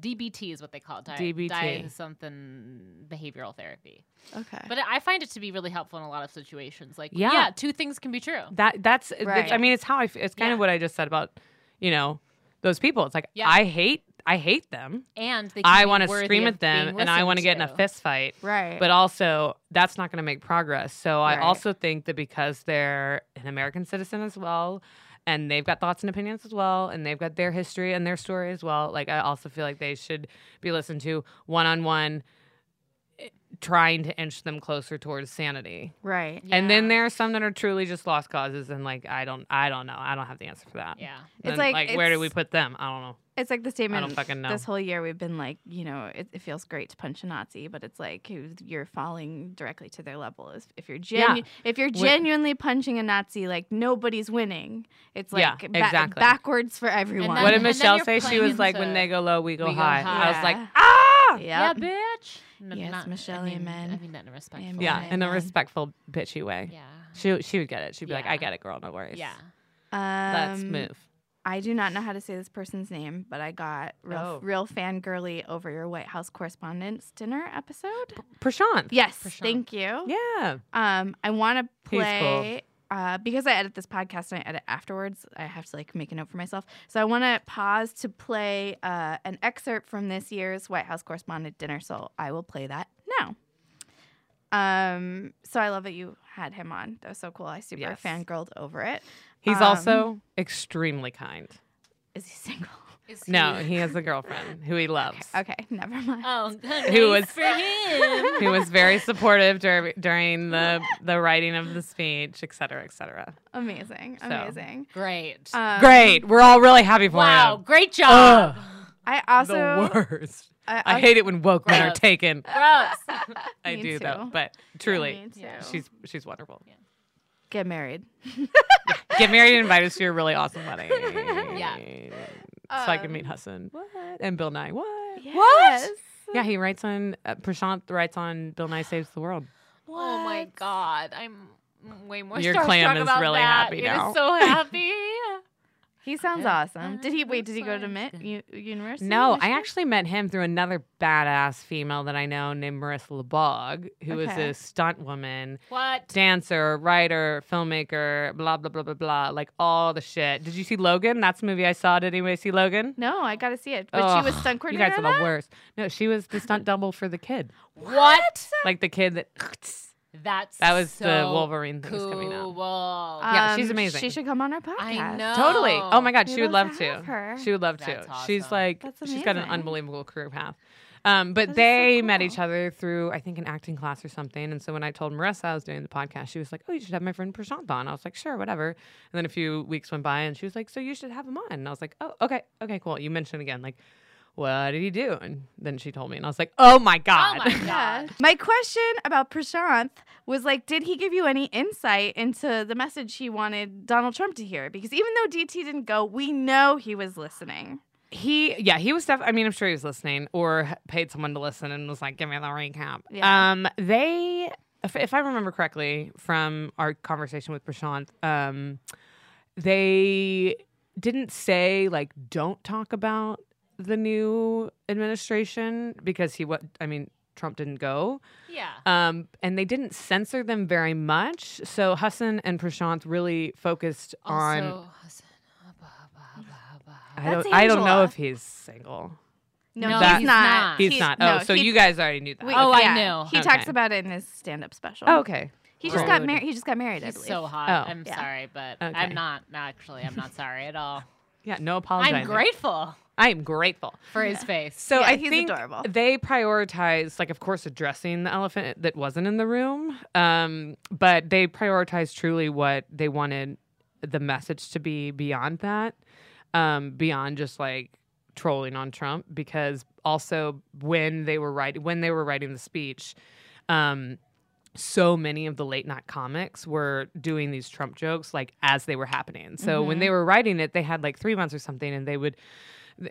C: DBT is what they call it. Di,
D: DBT.
C: Di something behavioral therapy.
A: okay.
C: But I find it to be really helpful in a lot of situations. Like,
D: Yeah.
C: yeah, two things can be true.
D: That that's it's-
A: Right.
D: I mean, it's how I f- it's kind
C: Yeah.
D: of what I just said about, you know, those people. It's like
C: Yeah.
D: I hate I hate them.
C: and they
D: I
C: want to
D: scream at them and I want to get in a fist fight.
A: Right.
D: But also, that's not going to make progress. So I
A: Right.
D: also think that because they're an American citizen as well, and they've got thoughts and opinions as well, and they've got their history and their story as well, like I also feel like they should be listened to one on one, trying to inch them closer towards sanity.
A: right.
C: Yeah.
D: And then there are some that are truly just lost causes, and like I don't, I don't know, I don't have the answer for that.
C: Yeah.
A: It's
D: And,
A: like-
D: where do
A: it's-
D: we put them? I don't know.
A: It's like the statement.
D: fucking know.
A: This whole year we've been like, you know, it, it feels great to punch a Nazi, but it's like you- you're falling directly to their level. If, if you're genu-
D: Yeah.
A: if you're
D: Wh-
A: genuinely punching a Nazi, like nobody's winning. It's
D: Yeah,
A: like ba-
D: exactly.
A: backwards for everyone.
C: then-
D: what did
C: and then
D: Michelle
C: you're
D: say? She
C: playing
D: was like, "When
C: into-
D: they go low, we go,
C: we go
D: high. I was
A: high.
D: like,
A: Yeah.
D: "Ah!"
A: Yep.
C: Yeah, bitch. N-
A: Yes,
C: I
A: Michelle,
C: mean-
A: amen.
C: I mean that in a respectful
A: Amen.
C: way.
D: Yeah, in a
A: Amen.
D: respectful, bitchy way.
C: Yeah.
D: She she would get it. She'd be like,
C: Yeah.
D: "I get it, girl. No worries.
C: Yeah.
D: let's
A: Um,
D: move."
A: I do not know how to say this person's name, but I got real,
D: Oh.
A: real fangirly over your White House Correspondents' Dinner episode.
D: Prashant.
A: Yes,
C: Prashant.
A: thank you.
D: Yeah.
A: Um, I want to
D: He's cool.
A: play uh, because I edit this podcast and I edit afterwards. I have to like make a note for myself, so I want to pause to play uh, an excerpt from this year's White House Correspondent Dinner. So I will play that now. Um, so I love that you had him on. That was so cool. I super
D: Yes.
A: fangirled over it.
D: He's
A: Um,
D: also extremely kind.
A: Is he single? [laughs]
C: Is
D: No,
C: he-
D: he has a girlfriend who he loves.
A: Okay, never mind.
D: Uh,
C: Oh,
D: [laughs] Who
C: who
D: was-
C: was for
D: [laughs]
C: him?
D: Who
A: [laughs]
D: was very supportive dur- during the the writing of the speech, et cetera, et cetera.
A: Amazing,
D: So.
A: amazing.
C: Great.
A: Um,
D: Great. We're all really happy Uh, for
C: wow.
D: him.
C: Great job.
A: I
D: the
A: also
D: worst.
A: I,
D: I hate it when woke men are
C: Gross.
D: taken.
C: Gross.
D: I
A: Me
D: do
A: too.
D: though, but truly,
C: Yeah.
D: she's she's wonderful.
A: get married.
D: Get married and invite us to your really awesome wedding.
C: Yeah.
D: So I can meet
A: Um,
D: Hassan. What? And Bill Nye. What?
A: Yes.
D: Yeah, he writes on, uh, Prashant writes on Bill Nye Saves the World.
C: Oh my god, I'm way more.
D: Your
C: starstruck
D: clam is
C: about
D: really
C: that.
D: happy
C: It is
D: now. [laughs]
C: so happy.
A: He sounds
C: Yeah.
A: awesome. Did he wait? Did he go to Mitt U- University?
D: No, I
A: Michigan?
D: actually met him through another badass female that I know named Marissa LeBog, who is
A: Okay.
D: a stunt woman,
C: what?
D: dancer, writer, filmmaker, blah, blah, blah, blah, blah. Like all the shit. Did you see Logan? That's the movie I saw. Did anybody see Logan?
A: No, I got to see it. But she was
D: Ugh,
A: stunt
D: You
A: coordinator.
D: guys
A: on
D: are the
A: that?
D: worst. No, she was the stunt double for the kid.
A: [gasps]
C: What?
D: Like the kid that
C: That's
D: that was
C: so
D: the Wolverine thing
C: cool. Oh
D: was coming out.
A: Um,
D: Yeah, she's amazing.
A: She should come on our podcast.
C: know.
D: Totally. Oh my god,
A: We'd
D: she would
A: love
D: love
A: to
D: to.
A: have her.
D: She would love to.
C: That's
D: She's
C: awesome.
D: like
A: That's
D: she's got an
A: amazing.
D: unbelievable career path. Um,
A: That
D: but
A: is so
D: they met
A: cool.
D: each other through I think an acting class or something. And so when I told Marissa I was doing the podcast, she was like, "Oh, you should have my friend Prashant on." I was like, "Sure, whatever." And then a few weeks went by, and she was like, "So you should have him on." And I was like, "Oh, okay, okay, cool." You mentioned again, like, what did he do? And then she told me, and I was like, "Oh my
C: Oh
D: god." [laughs]
C: my
A: Yeah.
C: god.
A: My question about Prashant was like, did he give you any insight into the message he wanted Donald Trump to hear? Because even though DT didn't go, we know he was listening.
D: He, yeah, he was definitely. I mean, I'm sure he was listening or h- paid someone to listen and was like, "Give me the recap."
A: Yeah.
D: Um, they, if, if I remember correctly from our conversation with Prashant, um, they didn't say like, "Don't talk about the new administration" because he what? I mean, Trump didn't go.
C: Yeah.
D: Um, and they didn't censor them very much. So Hassan and Prashant really focused on.
C: Also, Hassan, blah, blah, blah, blah.
D: I
A: That's
D: don't, I don't know
A: Angela.
D: if he's single.
A: No,
C: No,
A: he's,
D: he's
A: not.
C: not.
D: He's, not. Oh,
A: no,
D: so
A: he-
D: you guys already knew that.
A: we-
C: Oh, I
A: yeah.
C: know.
A: He
D: Okay.
A: talks about it in his stand-up special.
D: Oh, okay.
A: He just
D: Rude.
A: got married. He just got married. I
C: He's
A: believe.
C: so hot.
D: Oh.
C: I'm
A: Yeah.
C: sorry, but
D: Okay.
C: I'm not. No, actually, I'm not sorry at
D: [laughs]
C: all.
D: Yeah, no apologizing.
C: I'm grateful
D: I am grateful.
C: for his face.
D: So
A: Yeah,
D: I
A: he's
D: think
A: adorable.
D: they prioritized, like, of course, addressing the elephant that wasn't in the room, um, but they prioritized truly what they wanted the message to be beyond that, um, beyond just like trolling on Trump. Because also when they were writing when they were writing the speech, um, so many of the late night comics were doing these Trump jokes like as they were happening. So when they were writing it, they had like three months or something, and they would.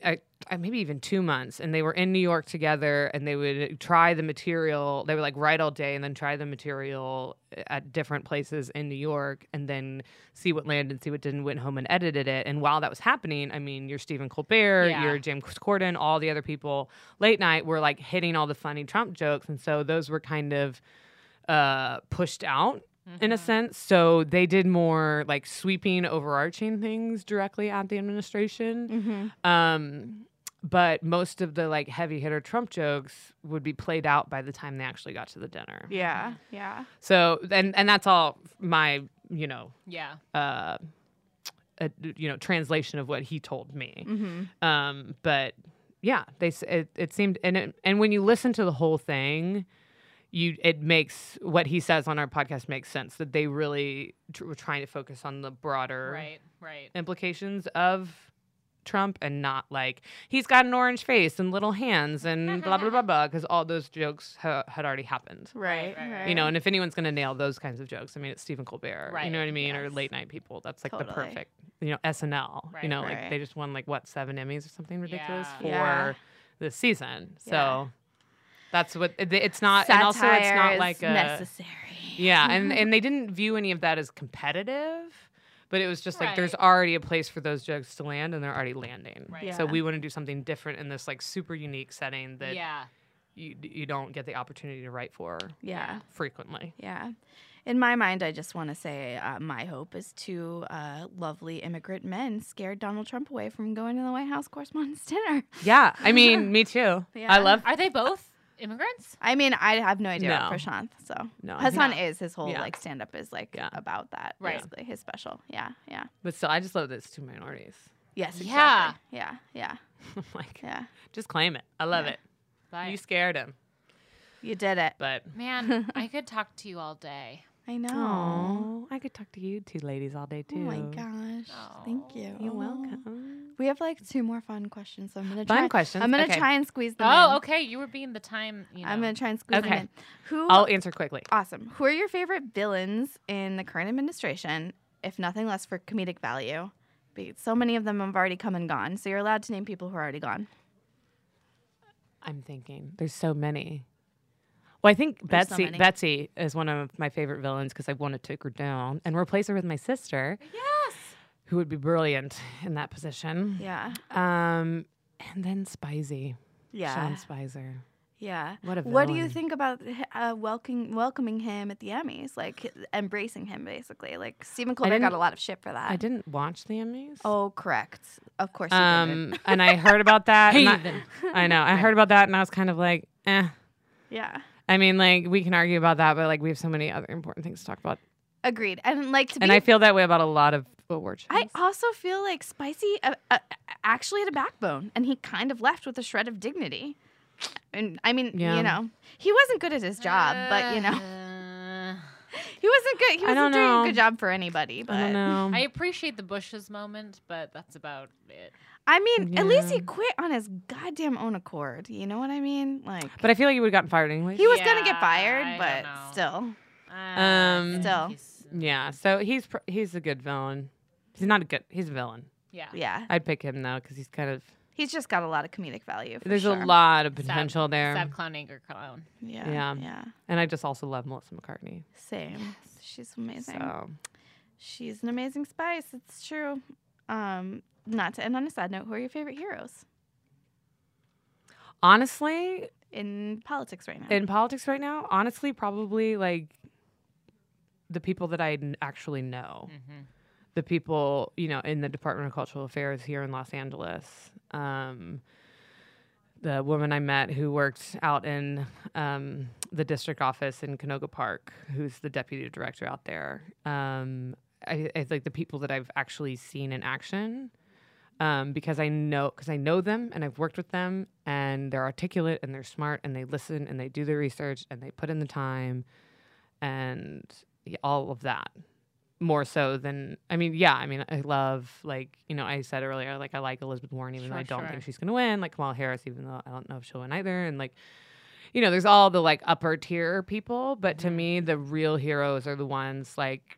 D: I, I, maybe even two months, and they were in New York together, and they would try the material. They would like write all day, and then try the material uh, at different places in New York, and then see what landed, see what didn't. Went home and edited it. And while that was happening, I mean, your Stephen Colbert,
C: Yeah.
D: your James Corden, all the other people late night were like hitting all the funny Trump jokes, and so those were kind of uh, pushed out in a sense. So they did more like sweeping, overarching things directly at the administration. Um, but most of the like heavy hitter Trump jokes would be played out by the time they actually got to the dinner.
A: Yeah. Yeah.
D: So and and that's all my you know
C: Yeah.
D: uh, uh you know translation of what he told me.
A: Mm-hmm.
D: Um, but yeah, they s- it, it seemed and it, and when you listen to the whole thing, you it makes what he says on our podcast makes sense that they really tr- were trying to focus on the broader
C: Right. Right.
D: implications of Trump and not like he's got an orange face and little hands and blah blah blah blah because all those jokes ha- had already happened.
A: Right.
C: Right, right, right.
D: You know, and if anyone's going to nail those kinds of jokes, I mean, it's Stephen Colbert. You know
C: Right,
D: what I mean? Or
A: yes.
D: late night people. That's like the
A: Totally.
D: perfect, you know, SNL.
C: Right,
D: you know,
A: right.
D: like they just won like what, seven Emmys or something ridiculous
C: Yeah.
D: for
A: Yeah.
D: this season. So
A: Yeah.
D: that's what it- it's not. and also, it's
A: Satire
D: not
A: is
D: like a.
A: necessary. Mm-hmm. [laughs]
D: Yeah, and and they didn't view any of that as competitive, but it was just like there's
C: Right.
D: already a place for those jokes to land, and they're already landing.
C: Right.
D: So
A: Yeah.
D: we want to do something different in this like super unique setting that
C: yeah.
D: you you don't get the opportunity to write for
A: Yeah.
D: frequently.
A: Yeah. In my mind, I just want to say uh, my hope is two uh, lovely immigrant men scared Donald Trump away from going to the White House Correspondents' [laughs] Dinner.
D: Yeah,
A: [laughs]
D: I mean, me too.
A: Yeah.
D: I love.
C: Are they both immigrants?
A: I mean, I have no idea
D: No.
A: Prashanth. So
D: No, I think-
A: Hassan is his whole
D: Yeah.
A: like stand up is like
D: Yeah.
A: about that
C: Right.
A: basically his special. Yeah, yeah,
D: but still, I just love that it's two minorities. [laughs]
A: yes,
C: Yeah.
A: exactly. yeah, yeah,
D: I'm like,
A: yeah.
D: just claim it. I love
A: Yeah.
D: it.
C: Bye.
D: You scared him,
A: You did it.
D: but
C: Man, I could talk to you all day.
A: I know.
D: oh, I could talk to you two ladies all day
A: Oh
D: too.
A: my gosh! Thank you.
D: You're
A: Oh.
D: welcome.
A: We have like two more fun questions, so I'm gonna
D: Fun
A: try.
D: questions?
A: I'm gonna
D: Okay.
A: try and squeeze them. in.
C: Oh, okay. You were being the time. You know.
A: I'm gonna try and squeeze them
D: Okay.
A: in. Who?
D: I'll answer quickly.
A: awesome. Who are your favorite villains in the current administration? If nothing less for comedic value, Be- so many of them have already come and gone. So you're allowed to name people who are already gone.
D: I'm thinking there's so many. Well, I think
A: There's so
D: Betsy
A: many.
D: Betsy is one of my favorite villains because I want to take her down and replace her with my sister,
C: yes.
D: who would be brilliant in that position.
A: Yeah.
D: Um, and then Spicy,
A: Yeah.
D: Sean Spicer.
A: Yeah.
D: What a
A: What do you
D: villain.
A: think about h- uh, welcoming welcoming him at the Emmys, like h- embracing him basically? Like Stephen Colbert got
D: didn't-
A: a lot of shit for that.
D: I didn't watch the Emmys.
A: Oh, correct. Of course. you did
D: Um, and I heard
A: [laughs]
D: about that. and
C: Heathen.
D: I, I know. I heard about that, and I was kind of like, eh.
A: Yeah.
D: I mean, like we can argue about that, but like we have so many other important things to talk about,
A: Agreed. And like to be.
D: and I feel that way about a lot of award shows.
A: I also feel like Spicy uh, uh, actually had a backbone, and he kind of left with a shred of dignity. And I mean,
D: Yeah.
A: you know, he wasn't good at his job, but you know,
C: Uh,
A: [laughs] he wasn't good. He
D: I don't
A: wasn't doing
D: know.
A: a good job for anybody. But
D: I don't know.
C: I appreciate the Bushes moment, but that's about it.
A: I mean, at least
D: Yeah.
A: he quit on his goddamn own accord. You know what I mean? Like,
D: But I feel like you would have gotten fired anyway.
A: He was gonna
C: Yeah,
A: get
C: I
A: fired,
C: don't
A: but
C: know.
A: still.
C: Uh, I
D: Um,
C: think
A: Still.
C: he's-
D: yeah, so he's pr- he's a good villain. He's not a good. He's a villain.
C: Yeah.
A: Yeah.
D: I'd pick him though because he's kind of.
A: He's just got a lot of comedic value. For
D: There's
A: sure.
D: a lot of potential there,
C: Sad clown, anger clown.
A: Yeah.
D: Yeah.
A: Yeah.
D: and I just also love Melissa McCartney.
A: Same. She's amazing.
D: So
A: She's an amazing spice. It's true. Um, not to end on a sad note, who are your favorite heroes
D: honestly,
A: in politics right now?
D: in politics right now, honestly, probably like the people that I n- actually know,
C: Mm-hmm.
D: the people you know in the Department of Cultural Affairs here in Los Angeles. Um, the woman I met who worked out in um, the district office in Canoga Park, who's the deputy director out there. Um, I, I like the people that I've actually seen in action um, because I know because I know them and I've worked with them and they're articulate and they're smart and they listen and they do their research and they put in the time and y- all of that more so than I mean yeah I mean I love like you know I said earlier like I like Elizabeth Warren even though
C: Sure,
D: I don't
C: sure.
D: think she's gonna win like Kamala Harris even though I don't know if she'll win either and like you know there's all the like upper tier people but to me
C: Mm-hmm.
D: the real heroes are the ones like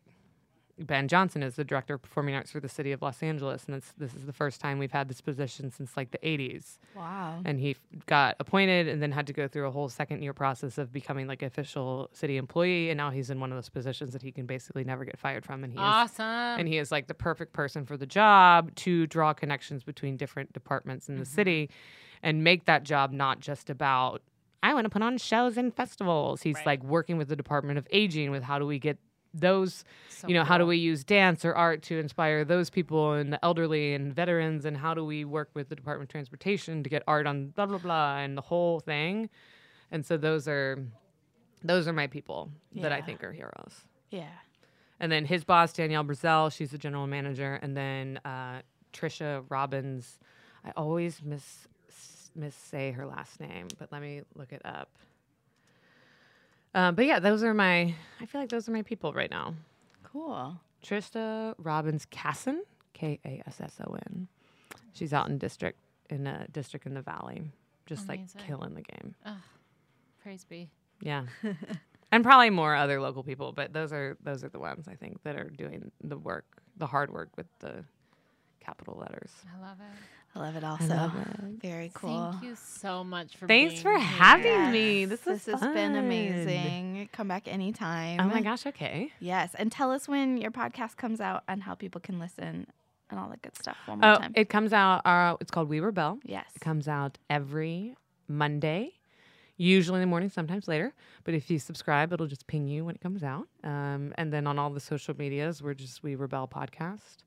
D: Ben Johnson is the director of performing arts for the city of Los Angeles, and it's, this is the first time we've had this position since like the 80s.
A: wow.
D: And he f- got appointed and then had to go through a whole second year process of becoming like official city employee, and now he's in one of those positions that he can basically never get fired from. And he is
C: Awesome.
D: and he is like the perfect person for the job to draw connections between different departments in the
C: Mm-hmm.
D: city and make that job not just about I want to put on shows and festivals. He's
C: Right.
D: like working with the Department of Aging with how do we get those
C: So
D: you know how do
C: cool.
D: we use dance or art to inspire those people and the elderly and veterans and how do we work with the department of transportation to get art on blah blah blah and the whole thing and so those are those are my people that i
A: Yeah.
D: think are heroes
A: Yeah.
D: and then his boss danielle brazel she's the general manager and then uh, trisha robbins i always miss miss say her last name but let me look it up uh, but yeah those are my i feel like those are my people right now
A: Cool.
D: Trista Robbins Casson, K A S S O N. She's out in district in a district in the valley, just
C: Amazing.
D: like killing the game.
C: Praise be.
A: [laughs]
D: Yeah, and probably more other local people, but those are those are the ones I think that are doing the work, the hard work with the capital letters.
C: I love it.
A: I love it also. Very cool.
C: Thank you so much for
D: Thanks for
C: being
D: having
C: here.
D: me. This, was
A: This has been
D: fun.
A: amazing. Come back anytime.
D: Oh my gosh. Okay.
A: Yes. And tell us when your podcast comes out and how people can listen and all that good stuff one more
D: Oh,
A: time.
D: it comes out. Uh, it's called We Were Bell.
A: yes.
D: It comes out every Monday, usually in the morning, sometimes later. But if you subscribe, it'll just ping you when it comes out. Um, and then on all the social medias, we're just We Rebel Podcast.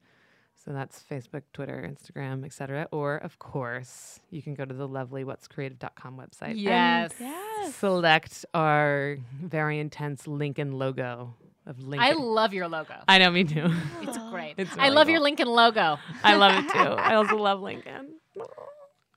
D: So that's Facebook, Twitter, Instagram, etc. Or of course, you can go to the lovely what'screative.com website. and
C: Yes.
A: Yes.
D: Select our very intense Lincoln logo of Lincoln.
C: I love your logo.
D: I know, me too.
A: [gasps]
C: It's great.
D: It's
C: I love
D: really
C: your
D: cool.
C: Lincoln logo.
D: I love it too. I
C: [laughs]
D: also love Lincoln.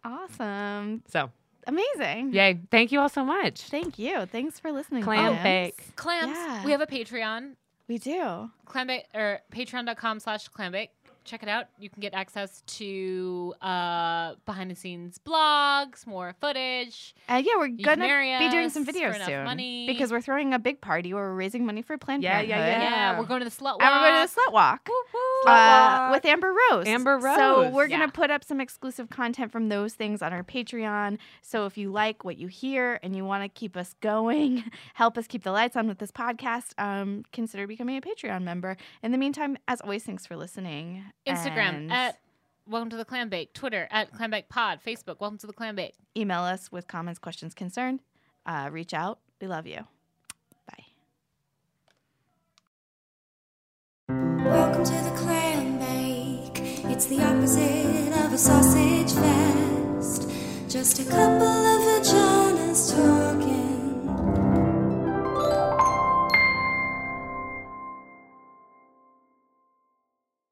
A: Awesome.
D: So,
A: Amazing.
D: yay. Thank you all so much.
A: Thank you. Thanks for listening.
D: Clam
A: clams.
D: bake.
C: Clams.
A: Yeah.
C: We have a Patreon.
A: We do.
C: Clambake or patreon.com slash clambake. Check it out. You can get access to uh, behind the scenes blogs, more footage.
A: Uh, yeah, we're
C: can
A: gonna
C: marry
A: be doing some
C: us for
A: videos
C: enough
A: soon
C: money.
A: because we're throwing a big party where we're raising money for Planned
D: Yeah, yeah,
A: Parenthood.
D: yeah.
C: Yeah, we're going to the slut walk.
A: And we're going to the slut walk. uh, with Amber Rose.
D: Amber
A: So
D: Rose.
A: we're
C: Yeah.
A: gonna put up some exclusive content from those things on our Patreon. So if you like what you hear and you want to keep us going, [laughs] help us keep the lights on with this podcast, um, consider becoming a Patreon member. In the meantime, as always, thanks for listening.
C: Instagram
A: and
C: at Welcome to the Clambake. Twitter at Clambake Pod. Facebook, Welcome to the Clambake.
A: email us with comments, questions, concern. Uh, reach out. We love you. Bye.
B: Welcome to the clam bake. It's the opposite of a sausage fest. Just a couple of vaginas talking.